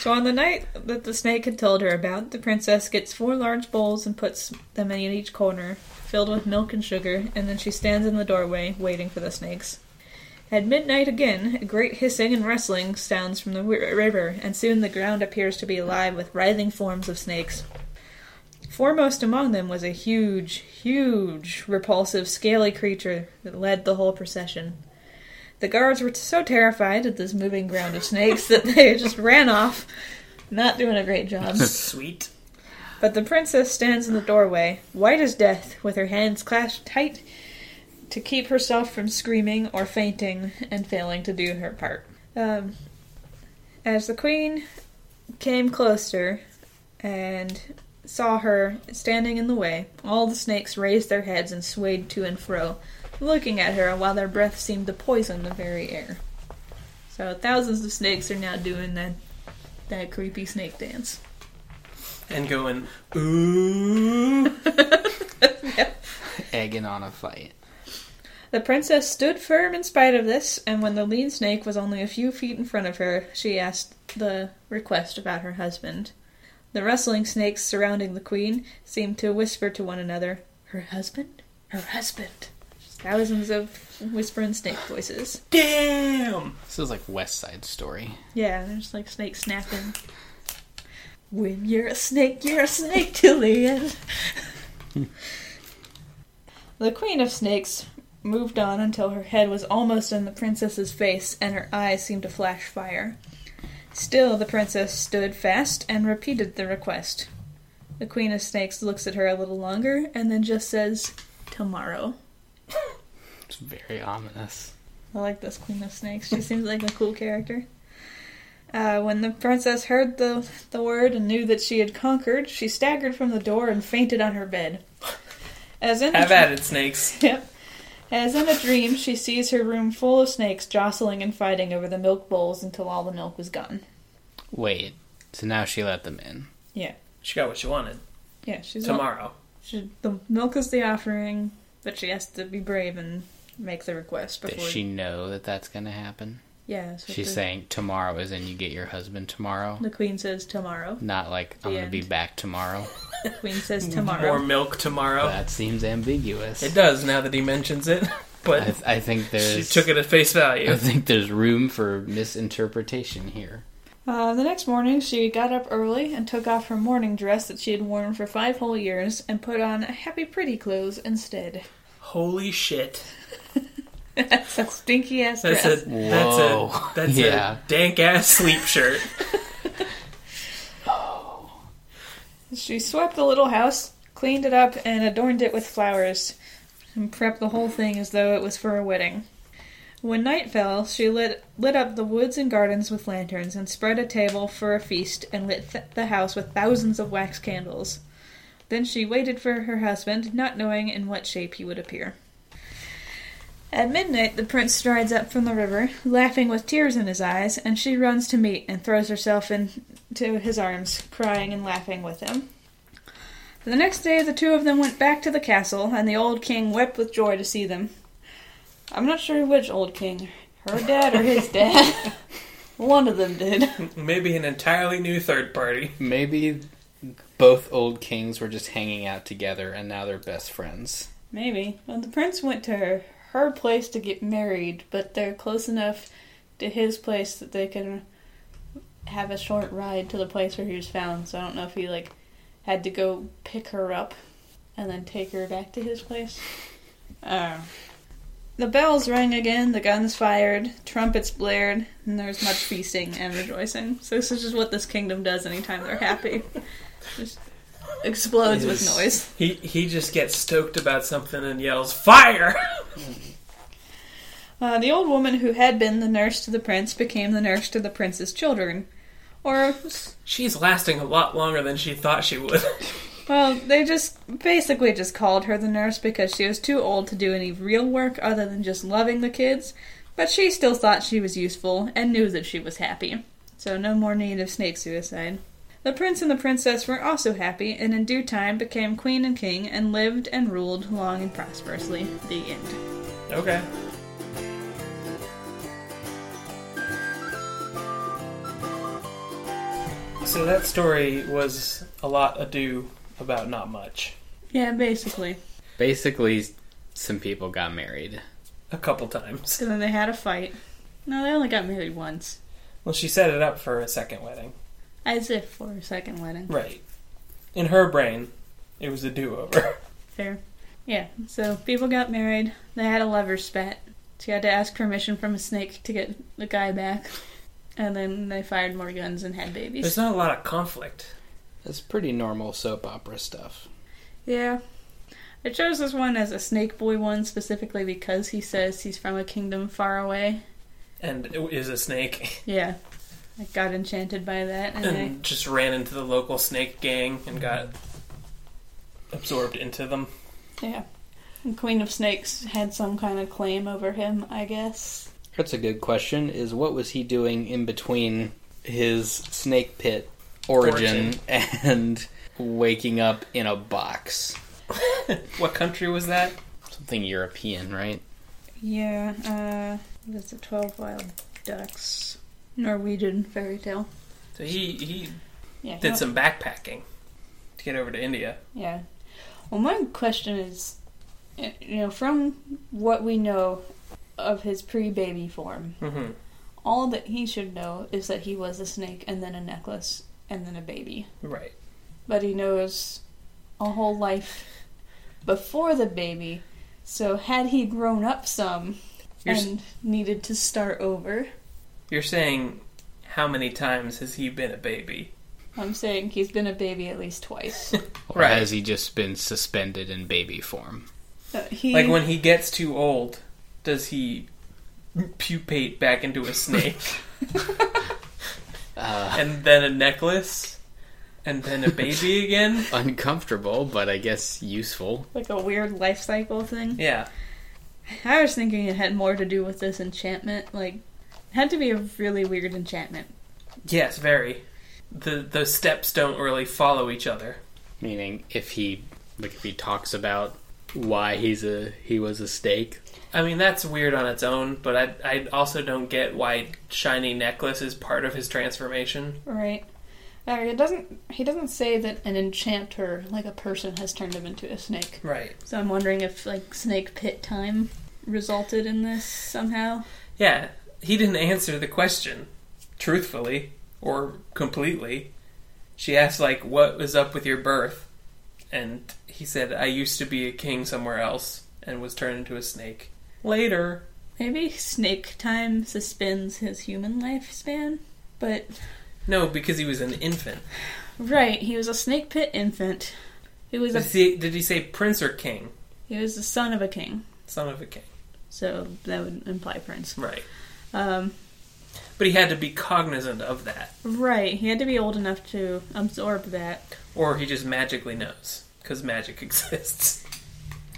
Speaker 3: So on the night that the snake had told her about, the princess gets four large bowls and puts them in each corner, filled with milk and sugar, and then she stands in the doorway, waiting for the snakes. At midnight again, a great hissing and rustling sounds from the wi- river, and soon the ground appears to be alive with writhing forms of snakes. Foremost among them was a huge, huge, repulsive, scaly creature that led the whole procession. The guards were so terrified at this moving ground of snakes that they just ran off, not doing a great job.
Speaker 4: Sweet.
Speaker 3: But the princess stands in the doorway, white as death, with her hands clasped tight to keep herself from screaming or fainting and failing to do her part. Um, as the queen came closer and saw her standing in the way, all the snakes raised their heads and swayed to and fro, looking at her while their breath seemed to poison the very air. So thousands of snakes are now doing that that creepy snake dance.
Speaker 4: And going, ooh.
Speaker 5: Egging on a fight.
Speaker 3: The princess stood firm in spite of this, and when the lean snake was only a few feet in front of her, she asked the request about her husband. The wrestling snakes surrounding the queen seemed to whisper to one another, Her husband? Her husband. Just thousands of whispering snake voices.
Speaker 4: Damn!
Speaker 5: This is like West Side Story.
Speaker 3: Yeah, there's like snake snapping. When you're a snake, you're a snake till the end. [LAUGHS] the Queen of Snakes moved on until her head was almost in the princess's face and her eyes seemed to flash fire. Still, the princess stood fast and repeated the request. The Queen of Snakes looks at her a little longer and then just says, Tomorrow.
Speaker 5: It's very ominous.
Speaker 3: I like this Queen of Snakes. She seems like a cool character. Uh, when the princess heard the, the word and knew that she had conquered, she staggered from the door and fainted on her bed. As in, a
Speaker 4: Have
Speaker 3: dr-
Speaker 4: at it, snakes.
Speaker 3: Yep. As in a dream, she sees her room full of snakes jostling and fighting over the milk bowls until all the milk was gone.
Speaker 5: Wait, so now she let them in.
Speaker 3: Yeah.
Speaker 4: She got what she wanted.
Speaker 3: Yeah, she's
Speaker 4: Tomorrow.
Speaker 3: She, the milk is the offering, but she has to be brave and make the request
Speaker 5: Does
Speaker 3: before.
Speaker 5: she know that that's gonna happen?
Speaker 3: Yeah, that's what
Speaker 5: She's
Speaker 3: the,
Speaker 5: saying tomorrow is in you get your husband tomorrow.
Speaker 3: The queen says tomorrow.
Speaker 5: Not like I'm gonna be
Speaker 3: end.
Speaker 4: [LAUGHS]
Speaker 5: back tomorrow.
Speaker 3: The queen says
Speaker 4: More
Speaker 3: tomorrow.
Speaker 4: milk tomorrow.
Speaker 5: That seems ambiguous.
Speaker 4: It does now that he mentions it, [LAUGHS] but
Speaker 5: I, th- I think
Speaker 4: she
Speaker 5: there's
Speaker 4: took it at face value.
Speaker 5: I think there's room for misinterpretation here.
Speaker 3: Uh, the next morning, she got up early and took off her morning dress that she had worn for five whole years and put on happy pretty clothes instead. [LAUGHS]
Speaker 4: Holy shit!
Speaker 3: That's a stinky ass
Speaker 4: That's
Speaker 3: dress.
Speaker 4: a that's a
Speaker 5: Whoa.
Speaker 4: that's
Speaker 5: Yeah.
Speaker 4: a dank ass sleep shirt.
Speaker 3: She swept the little house, cleaned it up, and adorned it with flowers, and prepped the whole thing as though it was for a wedding. When night fell, she lit, lit up the woods and gardens with lanterns, and spread a table for a feast, and lit th- the house with thousands of wax candles. Then she waited for her husband, not knowing in what shape he would appear. At midnight, the prince strides up from the river, laughing with tears in his eyes, and she runs to meet and throws herself into his arms, crying and laughing with him. The next day, the two of them went back to the castle, and the old king wept with joy to see them. I'm not sure which old king, her dad or his dad. One of them did.
Speaker 4: Maybe an entirely new third party.
Speaker 5: Maybe both old kings were just hanging out together and now they're best friends.
Speaker 3: Maybe. Well, the prince went to her, her place to get married, but they're close enough to his place that they can have a short ride to the place where he was found. So I don't know if he like had to go pick her up and then take her back to his place. Uh, the bells rang again, the guns fired, trumpets blared, and there was much feasting and rejoicing. So this is just what this kingdom does anytime they're happy. just explodes with
Speaker 4: Yes.
Speaker 3: noise.
Speaker 4: He he just gets stoked about something and yells fire. [LAUGHS]
Speaker 3: Uh, the old woman who had been the nurse to the prince became the nurse to the prince's children. Or,
Speaker 4: She's lasting a lot longer than she thought she would.
Speaker 3: well, they just basically just called her the nurse because she was too old to do any real work other than just loving the kids, but she still thought she was useful and knew that she was happy. So, no more need of snake suicide. The prince and the princess were also happy and in due time became queen and king and lived and ruled long and prosperously. The end.
Speaker 4: Okay. So that story was a lot ado about not much.
Speaker 3: Yeah, basically.
Speaker 5: Basically, some people got married.
Speaker 4: A couple times. [LAUGHS]
Speaker 3: And then they had a fight. No, they only got married once.
Speaker 4: Well, she set it up for a second wedding.
Speaker 3: As if for a second wedding.
Speaker 4: Right. In her brain, it was a do over.
Speaker 3: Fair. Yeah, so people got married. They had a lover's spat. She had to ask permission from a snake to get the guy back. And then they fired more guns and had
Speaker 4: [LAUGHS]
Speaker 3: babies.
Speaker 4: There's not a lot of conflict.
Speaker 5: That's pretty normal soap opera stuff.
Speaker 3: yeah. I chose this one as a snake boy one specifically because he says he's from a kingdom far away.
Speaker 4: And it is a snake. [LAUGHS]
Speaker 3: Yeah. I got enchanted by that and I
Speaker 4: And just ran into the local snake gang and got absorbed into them.
Speaker 3: Yeah. And Queen of Snakes had some kind of claim over him, I guess.
Speaker 5: That's a good question. Is what was he doing in between his snake pit origin, and waking up in a box?
Speaker 4: What country was that?
Speaker 5: Something European, right?
Speaker 3: Yeah, uh that's the twelve wild ducks. Norwegian fairy tale.
Speaker 4: So he, he
Speaker 3: Yeah.
Speaker 4: did
Speaker 3: no-
Speaker 4: some backpacking to get over to India.
Speaker 3: Yeah. Well, my question is, y- you know, from what we know of his pre-baby form,
Speaker 4: Mm-hmm.
Speaker 3: all that he should know is that he was a snake and then a necklace and then a baby.
Speaker 4: Right.
Speaker 3: But he knows a whole life before the baby. So had he grown up some
Speaker 4: You're s-
Speaker 3: and needed to start over,
Speaker 4: You're saying how many times has he been a baby?
Speaker 3: I'm saying he's been a baby at least
Speaker 4: [LAUGHS]
Speaker 3: twice.
Speaker 5: Or
Speaker 4: Right.
Speaker 5: has he just been suspended in baby form?
Speaker 3: Uh, he,
Speaker 4: Like when he gets too old, does he pupate back into a [LAUGHS] snake?
Speaker 5: Uh,
Speaker 4: and then a necklace? And then a baby again?
Speaker 5: Uncomfortable, but I guess useful.
Speaker 3: like a weird life cycle thing.
Speaker 4: Yeah.
Speaker 3: I was thinking it had more to do with this enchantment. Like, it had to be a really weird enchantment.
Speaker 4: Yes, very. The the steps don't really follow each other.
Speaker 5: Meaning, if he like if he talks about why he's a he was a snake,
Speaker 4: I mean that's weird on its own, but I I also don't get why shiny necklace is part of his transformation.
Speaker 3: Right. Uh, it doesn't. He doesn't say that an enchanter, like a person, has turned him into a snake.
Speaker 4: Right.
Speaker 3: So I'm wondering if like snake pit time resulted in this somehow.
Speaker 4: Yeah, he didn't answer the question truthfully or completely. She asked like what was up with your birth? And he said I used to be a king somewhere else and was turned into a snake. Later.
Speaker 3: Maybe snake time suspends his human lifespan. But
Speaker 4: No, because he was an infant.
Speaker 3: right, he was a snake pit infant. He was a
Speaker 4: Did he, say- did he say prince or king?
Speaker 3: he was the son of a king,
Speaker 4: Son of a king.
Speaker 3: so that would imply prince.
Speaker 4: Right.
Speaker 3: Um,
Speaker 4: But he had to be cognizant of that
Speaker 3: Right, he had to be old enough to absorb that.
Speaker 4: or he just magically knows cuz magic [LAUGHS] exists.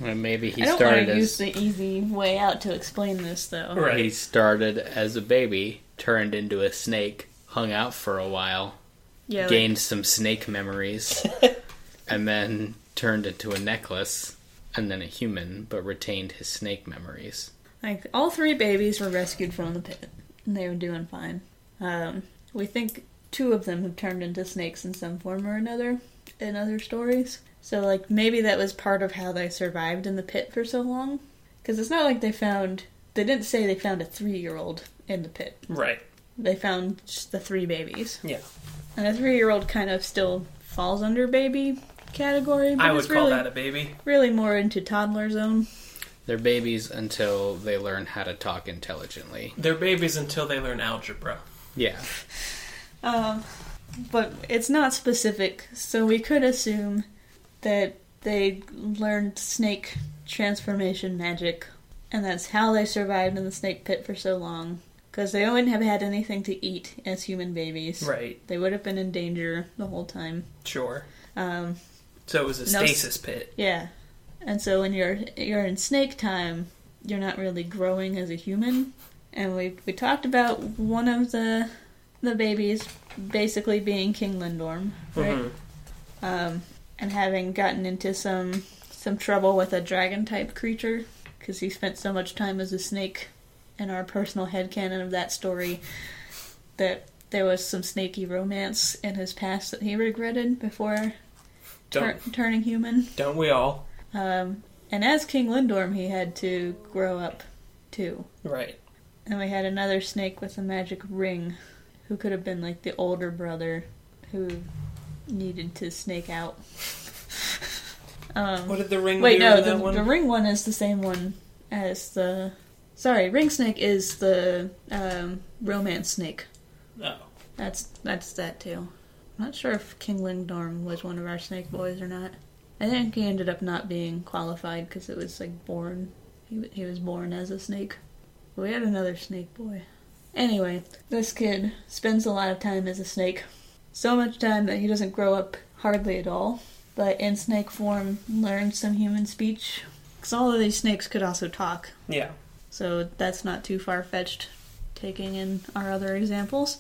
Speaker 5: Well, maybe he
Speaker 3: I don't want
Speaker 5: started
Speaker 3: to use
Speaker 5: as
Speaker 3: the easy way out to explain this, though.
Speaker 5: he started as a baby, turned into a snake, hung out for a while,
Speaker 3: Yeah, like-
Speaker 5: gained some snake
Speaker 3: [LAUGHS]
Speaker 5: memories, and then turned into a necklace, and then a human, but retained his snake memories.
Speaker 3: like, all three babies were rescued from the pit, and they were doing fine. Um, we think two of them have turned into snakes in some form or another in other stories. So, like, maybe that was part of how they survived in the pit for so long. Because it's not like they found. They didn't say they found a three year old in the pit.
Speaker 4: Right.
Speaker 3: They found just the three babies.
Speaker 4: Yeah.
Speaker 3: And a three year old kind of still falls under baby category. But
Speaker 4: I would
Speaker 3: it's
Speaker 4: call
Speaker 3: really,
Speaker 4: that a baby.
Speaker 3: really more into toddler zone.
Speaker 5: They're babies until they learn how to talk intelligently.
Speaker 4: They're babies until they learn algebra.
Speaker 5: Yeah.
Speaker 3: Um, but it's not specific, so we could assume that they learned snake transformation magic, and that's how they survived in the snake pit for so long. Because they wouldn't have had anything to eat as human babies.
Speaker 4: Right.
Speaker 3: They would have been in danger the whole time.
Speaker 4: Sure.
Speaker 3: Um,
Speaker 4: So it was a
Speaker 3: No s-
Speaker 4: stasis pit.
Speaker 3: yeah. And so when you're you're in snake time, you're not really growing as a human. And we we talked about one of the the babies basically being King Lindorm, right?
Speaker 4: Mhm.
Speaker 3: um, and having gotten into some some trouble with a dragon type creature because he spent so much time as a snake in our personal headcanon of that story that there was some snaky romance in his past that he regretted before tur-
Speaker 4: Don't
Speaker 3: turning human
Speaker 4: don't we all?
Speaker 3: um, and as king lindorm he had to grow up too
Speaker 4: Right.
Speaker 3: and we had another snake with a magic ring who could have been like the older brother who needed to snake out. um,
Speaker 4: What did the ring
Speaker 3: wait,
Speaker 4: do
Speaker 3: no,
Speaker 4: in that
Speaker 3: the,
Speaker 4: one?
Speaker 3: the ring one is the same one as the. Sorry, ring snake is the um, romance snake.
Speaker 4: Oh.
Speaker 3: That's that's that too. I'm not sure if King Lindorm was one of our snake boys or not. I think he ended up not being qualified because it was like born. He w- he was born as a snake. But we had another snake boy. Anyway, this kid spends a lot of time as a snake. So much time that he doesn't grow up hardly at all. But in snake form, learns some human speech. Because all of these snakes could also talk.
Speaker 4: Yeah.
Speaker 3: So that's not too far fetched, taking in our other examples.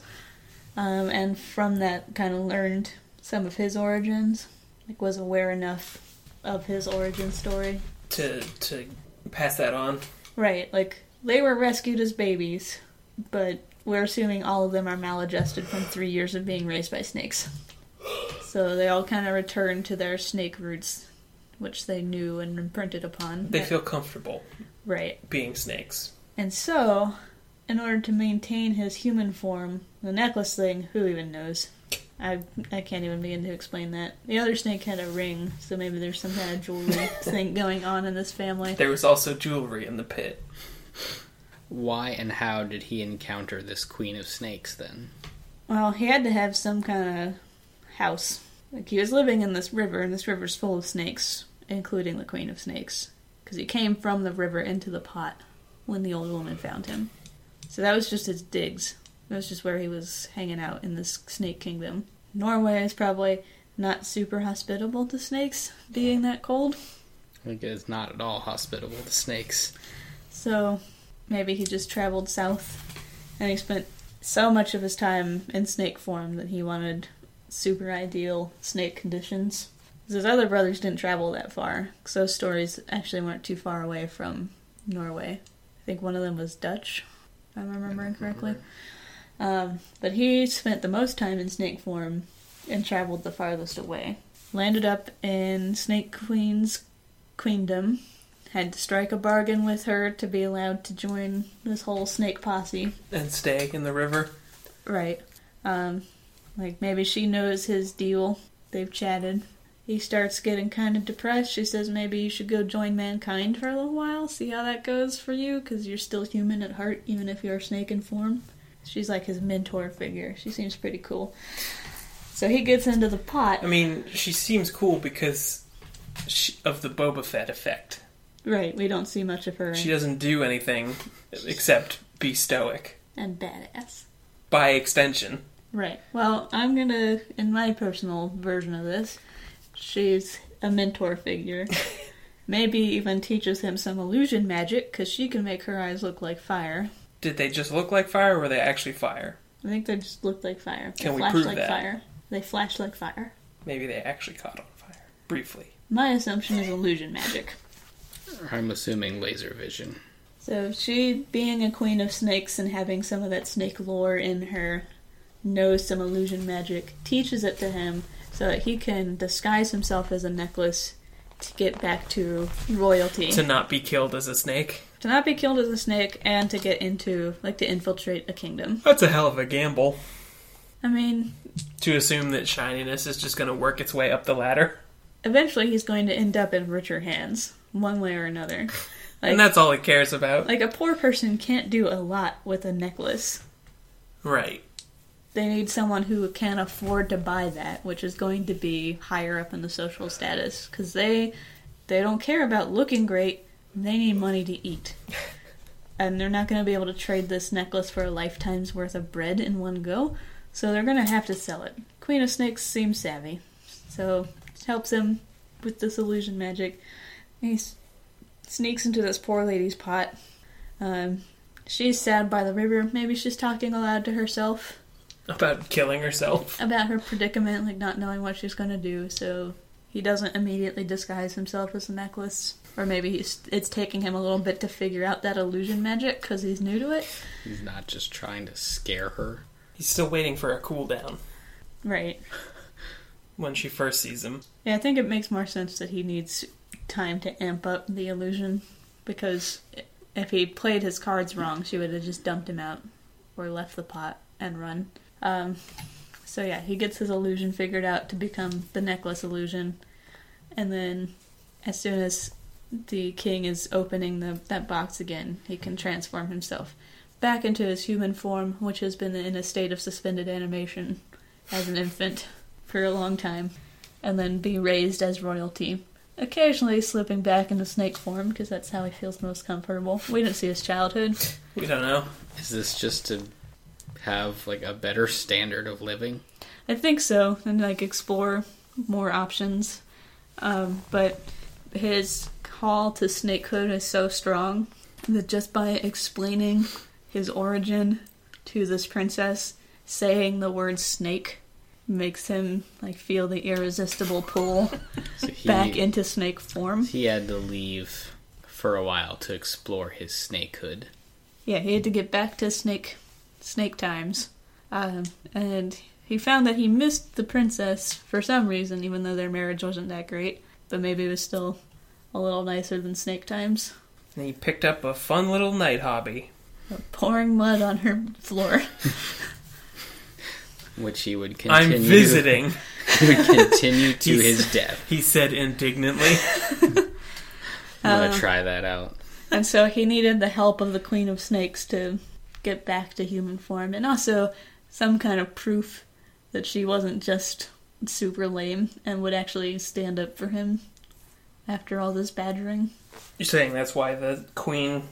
Speaker 3: Um, and from that, kind of learned some of his origins, like was aware enough of his origin story.
Speaker 4: To to pass that on.
Speaker 3: Right, like they were rescued as babies, but we're assuming all of them are maladjusted from three years of being raised by snakes. So they all kind of return to their snake roots, which they knew and imprinted upon.
Speaker 4: They feel comfortable
Speaker 3: right.
Speaker 4: being snakes.
Speaker 3: And so, in order to maintain his human form, the necklace thing, who even knows? I I can't even begin to explain that. The other snake had a ring, so maybe there's some kind of jewelry thing going on in this family.
Speaker 4: There was also jewelry in the pit.
Speaker 5: Why and how did he encounter this queen of snakes then?
Speaker 3: Well, he had to have some kind of house. Like he was living in this river, and this river's full of snakes, including the queen of snakes, because he came from the river into the pot when the old woman found him. So that was just his digs. That was just where he was hanging out in this snake kingdom. Norway is probably not super hospitable to snakes, being that cold.
Speaker 5: Like it's not at all hospitable to snakes.
Speaker 3: So maybe he just traveled south and he spent so much of his time in snake form that he wanted super ideal snake conditions. 'Cause His other brothers didn't travel that far, 'cause those stories actually weren't too far away from Norway. I think one of them was Dutch, if I'm remembering correctly. Um, but he spent the most time in snake form and traveled the farthest away. Landed up in Snake Queen's queendom, had to strike a bargain with her to be allowed to join this whole snake posse.
Speaker 4: And staying in the river.
Speaker 3: Right. Um, like maybe she knows his deal. They've chatted. He starts getting kind of depressed. She says maybe you should go join mankind for a little while, see how that goes for you, because you're still human at heart, even if you're a snake in form. She's like his mentor figure. She seems pretty cool. So he gets into the pot.
Speaker 4: I mean, she seems cool because she, of the Boba Fett effect.
Speaker 3: Right, we don't see much of her
Speaker 4: She doesn't do anything except be stoic.
Speaker 3: and badass.
Speaker 4: By extension.
Speaker 3: Right. Well, I'm gonna, in my personal version of this, she's a
Speaker 4: [LAUGHS]
Speaker 3: mentor figure. Maybe even teaches him some illusion magic because she can make her eyes look like fire.
Speaker 4: Did they just look like fire or were they actually fire?
Speaker 3: I think they just look like fire. They
Speaker 4: Can we
Speaker 3: flash
Speaker 4: prove
Speaker 3: like
Speaker 4: that?
Speaker 3: fire. They flash like fire.
Speaker 4: Maybe they actually caught on fire. Briefly.
Speaker 3: My assumption is illusion magic.
Speaker 5: I'm assuming laser vision.
Speaker 3: So she, being a queen of snakes and having some of that snake lore in her, knows some illusion magic, teaches it to him so that he can disguise himself as a necklace to get back to royalty.
Speaker 4: To not be killed as a snake.
Speaker 3: to not be killed as a snake and to get into like to infiltrate a kingdom.
Speaker 4: That's a hell of a gamble
Speaker 3: I mean,
Speaker 4: to assume that shininess is just going to work its way up the ladder.
Speaker 3: eventually he's going to end up in richer hands, one way or another. Like,
Speaker 4: And that's all it cares about.
Speaker 3: like a poor person can't do a lot with a necklace.
Speaker 4: right.
Speaker 3: They need someone who can afford to buy that, which is going to be higher up in the social status, because they they don't care about looking great. They need money to eat, and they're not going to be able to trade this necklace for a lifetime's worth of bread in one go. So they're going to have to sell it. Queen of Snakes seems savvy, so it helps him with this illusion magic. He s- sneaks into this poor lady's pot. Um, she's sad by the river. Maybe she's talking aloud to herself
Speaker 4: About killing herself.
Speaker 3: about her predicament, like not knowing what she's going to do, so he doesn't immediately disguise himself as a necklace. Or maybe he's, it's taking him a little bit to figure out that illusion magic because he's new to it.
Speaker 5: He's not just trying to scare her.
Speaker 4: He's still waiting for a cooldown
Speaker 3: Right.
Speaker 4: when she first sees him.
Speaker 3: Yeah, I think it makes more sense that he needs time to amp up the illusion because if he played his cards wrong, she would have just dumped him out or left the pot and run. Um, so yeah, he gets his illusion figured out to become the necklace illusion, and then as soon as the king is opening the, that box again, he can transform himself back into his human form, which has been in a state of suspended animation as an infant for a long time and then be raised as royalty. Occasionally slipping back into snake form because that's how he feels most comfortable. We didn't see his childhood.
Speaker 4: We don't know.
Speaker 5: Is this just to have like a better standard of living?
Speaker 3: I think so, and like explore more options. Um, but his call to snakehood is so strong that just by explaining his origin to this princess, saying the word snake makes him like feel the irresistible pull
Speaker 5: So he,
Speaker 3: back into snake form.
Speaker 5: he had to leave for a while to explore his snakehood.
Speaker 3: yeah, he had to get back to snake snake times, um, and he found that he missed the princess for some reason, even though their marriage wasn't that great. But maybe it was still a little nicer than snake times.
Speaker 4: And he picked up a fun little night hobby.
Speaker 3: Pouring mud on her floor.
Speaker 5: Which he would
Speaker 4: I'm
Speaker 5: continue.
Speaker 4: visiting,
Speaker 5: he [LAUGHS] would continue to
Speaker 4: He's-
Speaker 5: his death.
Speaker 4: he said indignantly. [LAUGHS]
Speaker 5: I'm gonna try that out.
Speaker 3: and so he needed the help of the Queen of Snakes to get back to human form, and also some kind of proof that she wasn't just super lame and would actually stand up for him after all this badgering.
Speaker 4: You're saying that's why the queen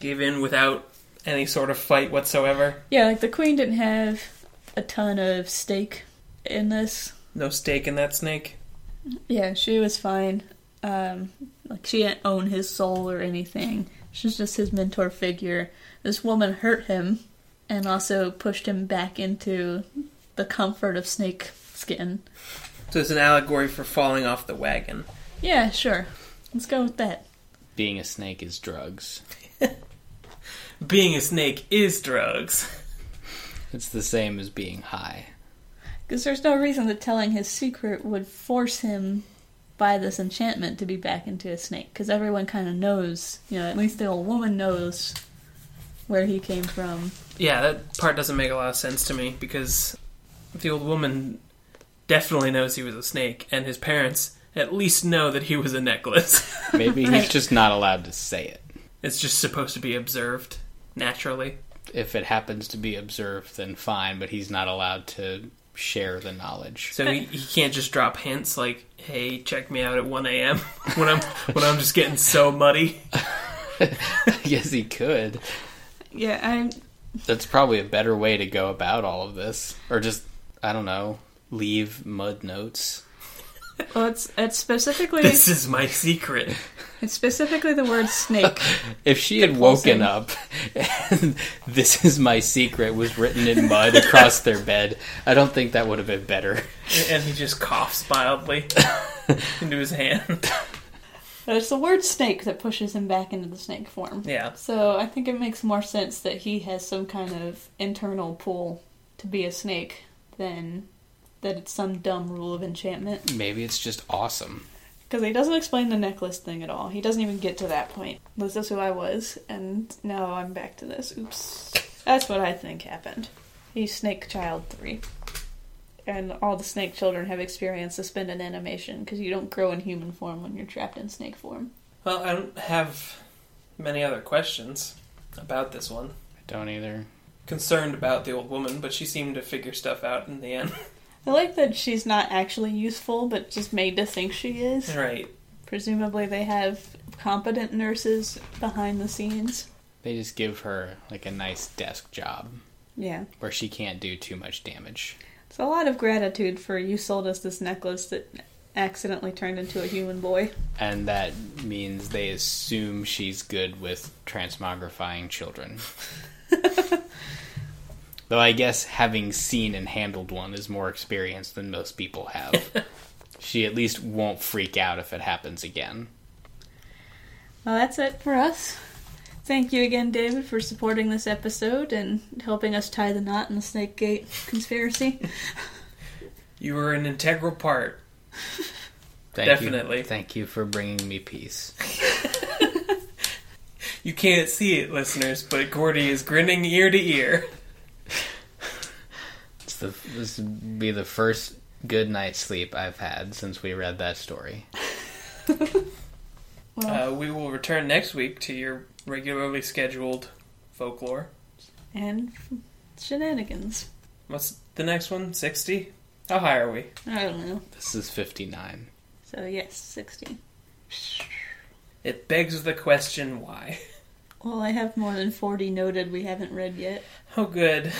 Speaker 4: gave in without any sort of fight whatsoever?
Speaker 3: Yeah, like the queen didn't have a ton of stake in this.
Speaker 4: No stake in that snake?
Speaker 3: Yeah, she was fine. Um, like she didn't own his soul or anything. She's just his mentor figure. This woman hurt him, and also pushed him back into the comfort of snake skin.
Speaker 4: So it's an allegory for falling off the wagon.
Speaker 3: Yeah, sure. Let's go with that.
Speaker 5: Being a snake is drugs.
Speaker 4: Being a snake is drugs.
Speaker 5: It's the same as being high.
Speaker 3: Because there's no reason that telling his secret would force him by this enchantment to be back into a snake. Because everyone kind of knows, you know, at least the old woman knows where he came from.
Speaker 4: Yeah, that part doesn't make a lot of sense to me because the old woman definitely knows he was a snake, and his parents at least know that he was a necklace. [LAUGHS]
Speaker 5: Maybe he's
Speaker 3: Right.
Speaker 5: just not allowed to say it.
Speaker 4: it's just supposed to be observed naturally.
Speaker 5: If it happens to be observed, then fine, but he's not allowed to share the knowledge. [LAUGHS]
Speaker 4: So he, he can't just drop hints like, "Hey, check me out at 1 a.m. [LAUGHS] when I'm when I'm just getting so muddy."
Speaker 5: yes, he could.
Speaker 3: Yeah, I.
Speaker 5: That's probably a better way to go about all of this. Or just, I don't know, leave mud notes.
Speaker 3: Well, it's it's specifically
Speaker 4: This is my secret.
Speaker 3: [LAUGHS] it's specifically the word snake.
Speaker 5: If she had
Speaker 3: pulsing.
Speaker 5: woken up and [LAUGHS] this is my secret was written in mud across their bed, I don't think that would have been better.
Speaker 4: And he just coughs mildly into his hand. [LAUGHS]
Speaker 3: But it's the word snake that pushes him back into the snake form.
Speaker 4: Yeah.
Speaker 3: So I think it makes more sense that he has some kind of internal pull to be a snake than that it's some dumb rule of enchantment.
Speaker 5: Maybe it's just awesome.
Speaker 3: Because he doesn't explain the necklace thing at all. He doesn't even get to that point. This is who I was, and now I'm back to this. Oops. That's what I think happened. He's Snake Child 3. And all the snake children have experienced suspended animation because you don't grow in human form when you're trapped in snake form.
Speaker 4: Well, I don't have many other questions about this one.
Speaker 5: I don't either.
Speaker 4: Concerned about the old woman, but she seemed to figure stuff out in the end.
Speaker 3: I like that she's not actually useful, but just made to think she is.
Speaker 4: [LAUGHS] right.
Speaker 3: Presumably, they have competent nurses behind the scenes.
Speaker 5: They just give her like a nice desk job
Speaker 3: Yeah.
Speaker 5: where she can't do too much damage.
Speaker 3: It's a lot of gratitude for you sold us this necklace that accidentally turned into a human boy.
Speaker 5: And that means they assume she's good with transmogrifying children. Though I guess having seen and handled one is more experience than most people have. she at least won't freak out if it happens again.
Speaker 3: Well, that's it for us. Thank you again, David, for supporting this episode and helping us tie the knot in the Snake Gate conspiracy.
Speaker 4: You were an integral part.
Speaker 5: Thank
Speaker 4: Definitely.
Speaker 5: You, thank you for bringing me peace.
Speaker 4: You can't see it, listeners, but Gordy is grinning ear to ear.
Speaker 5: It's the, this would be the first good night's sleep I've had since we read that story.
Speaker 4: Uh, we will return next week to your regularly scheduled folklore.
Speaker 3: and shenanigans.
Speaker 4: What's the next one? 60? How high are we?
Speaker 3: I don't know.
Speaker 5: This is 59.
Speaker 3: So, yes, 60.
Speaker 4: It begs the question why. [LAUGHS]
Speaker 3: Well, I have more than 40 noted we haven't read yet,
Speaker 4: Oh, good.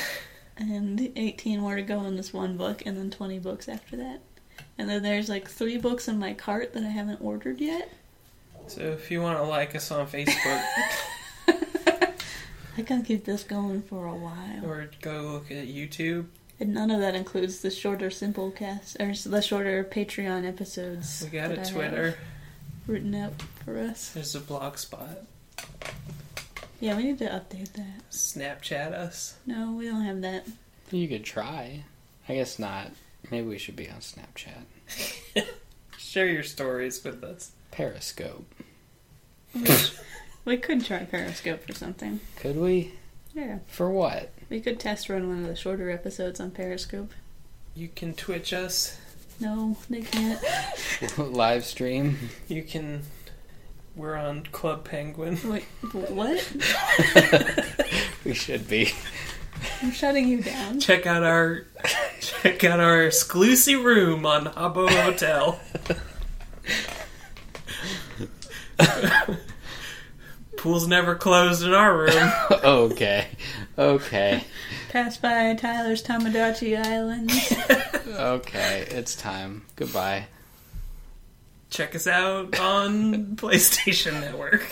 Speaker 3: and 18 more to go in this one book, and then 20 books after that. And then there's like three books in my cart that I haven't ordered yet.
Speaker 4: So if you want to like us on [LAUGHS] Facebook
Speaker 3: I can keep this going for a while.
Speaker 4: or go look at YouTube,
Speaker 3: And none of that includes the shorter simple cast or the shorter Patreon episodes.
Speaker 4: we got
Speaker 3: that I
Speaker 4: a
Speaker 3: have
Speaker 4: Twitter,
Speaker 3: written out for us.
Speaker 4: there's a blog spot.
Speaker 3: Yeah, we need to update that.
Speaker 4: Snapchat us.
Speaker 3: No, we don't have that.
Speaker 5: You could try. I guess not. Maybe we should be on Snapchat.
Speaker 4: Share your stories with us.
Speaker 5: Periscope.
Speaker 3: We could try Periscope or something.
Speaker 5: Could we?
Speaker 3: Yeah,
Speaker 5: For what? [LAUGHS]
Speaker 3: we could test run one of the shorter episodes on Periscope.
Speaker 4: You can Twitch us.
Speaker 3: No, they can't.
Speaker 5: Live stream?
Speaker 4: You can. We're on Club Penguin. [LAUGHS]
Speaker 3: Wait, what?
Speaker 5: We should be. [LAUGHS]
Speaker 3: I'm shutting you down.
Speaker 4: Check out our check out our exclusive room on Habbo Hotel. [LAUGHS] Pool's never closed in our room.
Speaker 5: okay. Okay.
Speaker 3: Pass by Tyler's Tamagotchi
Speaker 4: [LAUGHS]
Speaker 3: Island.
Speaker 5: Okay. It's time. Goodbye.
Speaker 4: Check us out on PlayStation Network.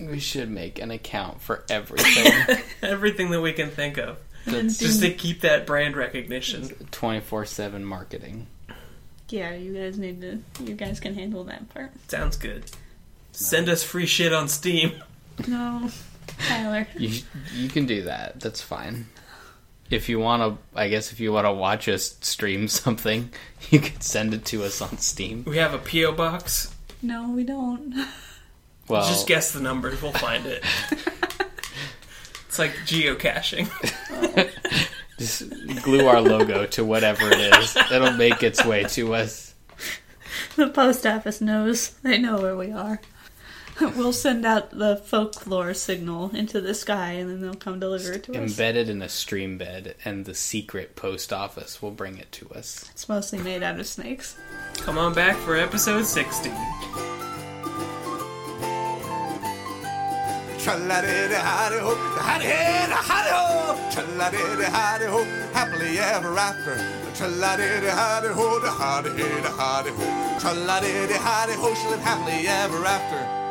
Speaker 5: We should make an account for everything
Speaker 4: Everything that we can think of.
Speaker 5: That's-
Speaker 4: Just to keep that brand recognition.
Speaker 5: 24 7 marketing.
Speaker 3: yeah, you guys need to. You guys can handle that part.
Speaker 4: Sounds good. Send us free shit on Steam.
Speaker 3: No, Tyler.
Speaker 5: You, you can do that. That's fine. If you want to, I guess if you want to watch us stream [LAUGHS] something, you can send it to us on Steam.
Speaker 4: We have a P.O. box.
Speaker 3: No, we don't. [LAUGHS]
Speaker 5: Well,
Speaker 4: Just guess the numbers, we'll find it. it's like geocaching.
Speaker 5: just glue our logo to whatever it is. It'll make its way to us.
Speaker 3: The post office knows. They know where we are. [LAUGHS] We'll send out the folklore signal into the sky, and then they'll come deliver it to us.
Speaker 5: Embedded in a stream bed, and the secret post office will bring it to us.
Speaker 3: It's mostly made out of snakes.
Speaker 4: Come on back for episode 60.
Speaker 2: Tra-la-di-di-hi-di-ho, hi-di-hi-di-hi-di-ho. Tra-la-di-di-hi-di-ho, happily ever after. Tra-la-di-di-hi-di-ho, da-hi-di-hi-di-ho. Tra-la-di-di-hi-di-ho, she lived happily ever after.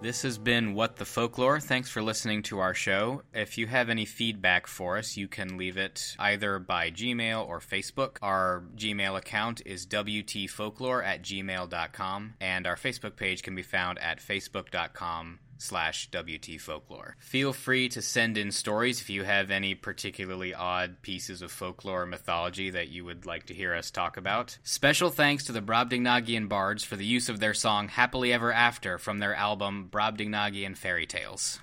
Speaker 5: This has been What the Folklore. Thanks for listening to our show. If you have any feedback for us, you can leave it either by Gmail or Facebook. Our Gmail account is wtfolklore at gmail.com, and our Facebook page can be found at facebook.com slash WT folklore. Feel free to send in stories if you have any particularly odd pieces of folklore or mythology that you would like to hear us talk about. Special thanks to the Brobdingnagian bards for the use of their song Happily Ever After from their album Brobdingnagian Fairy Tales.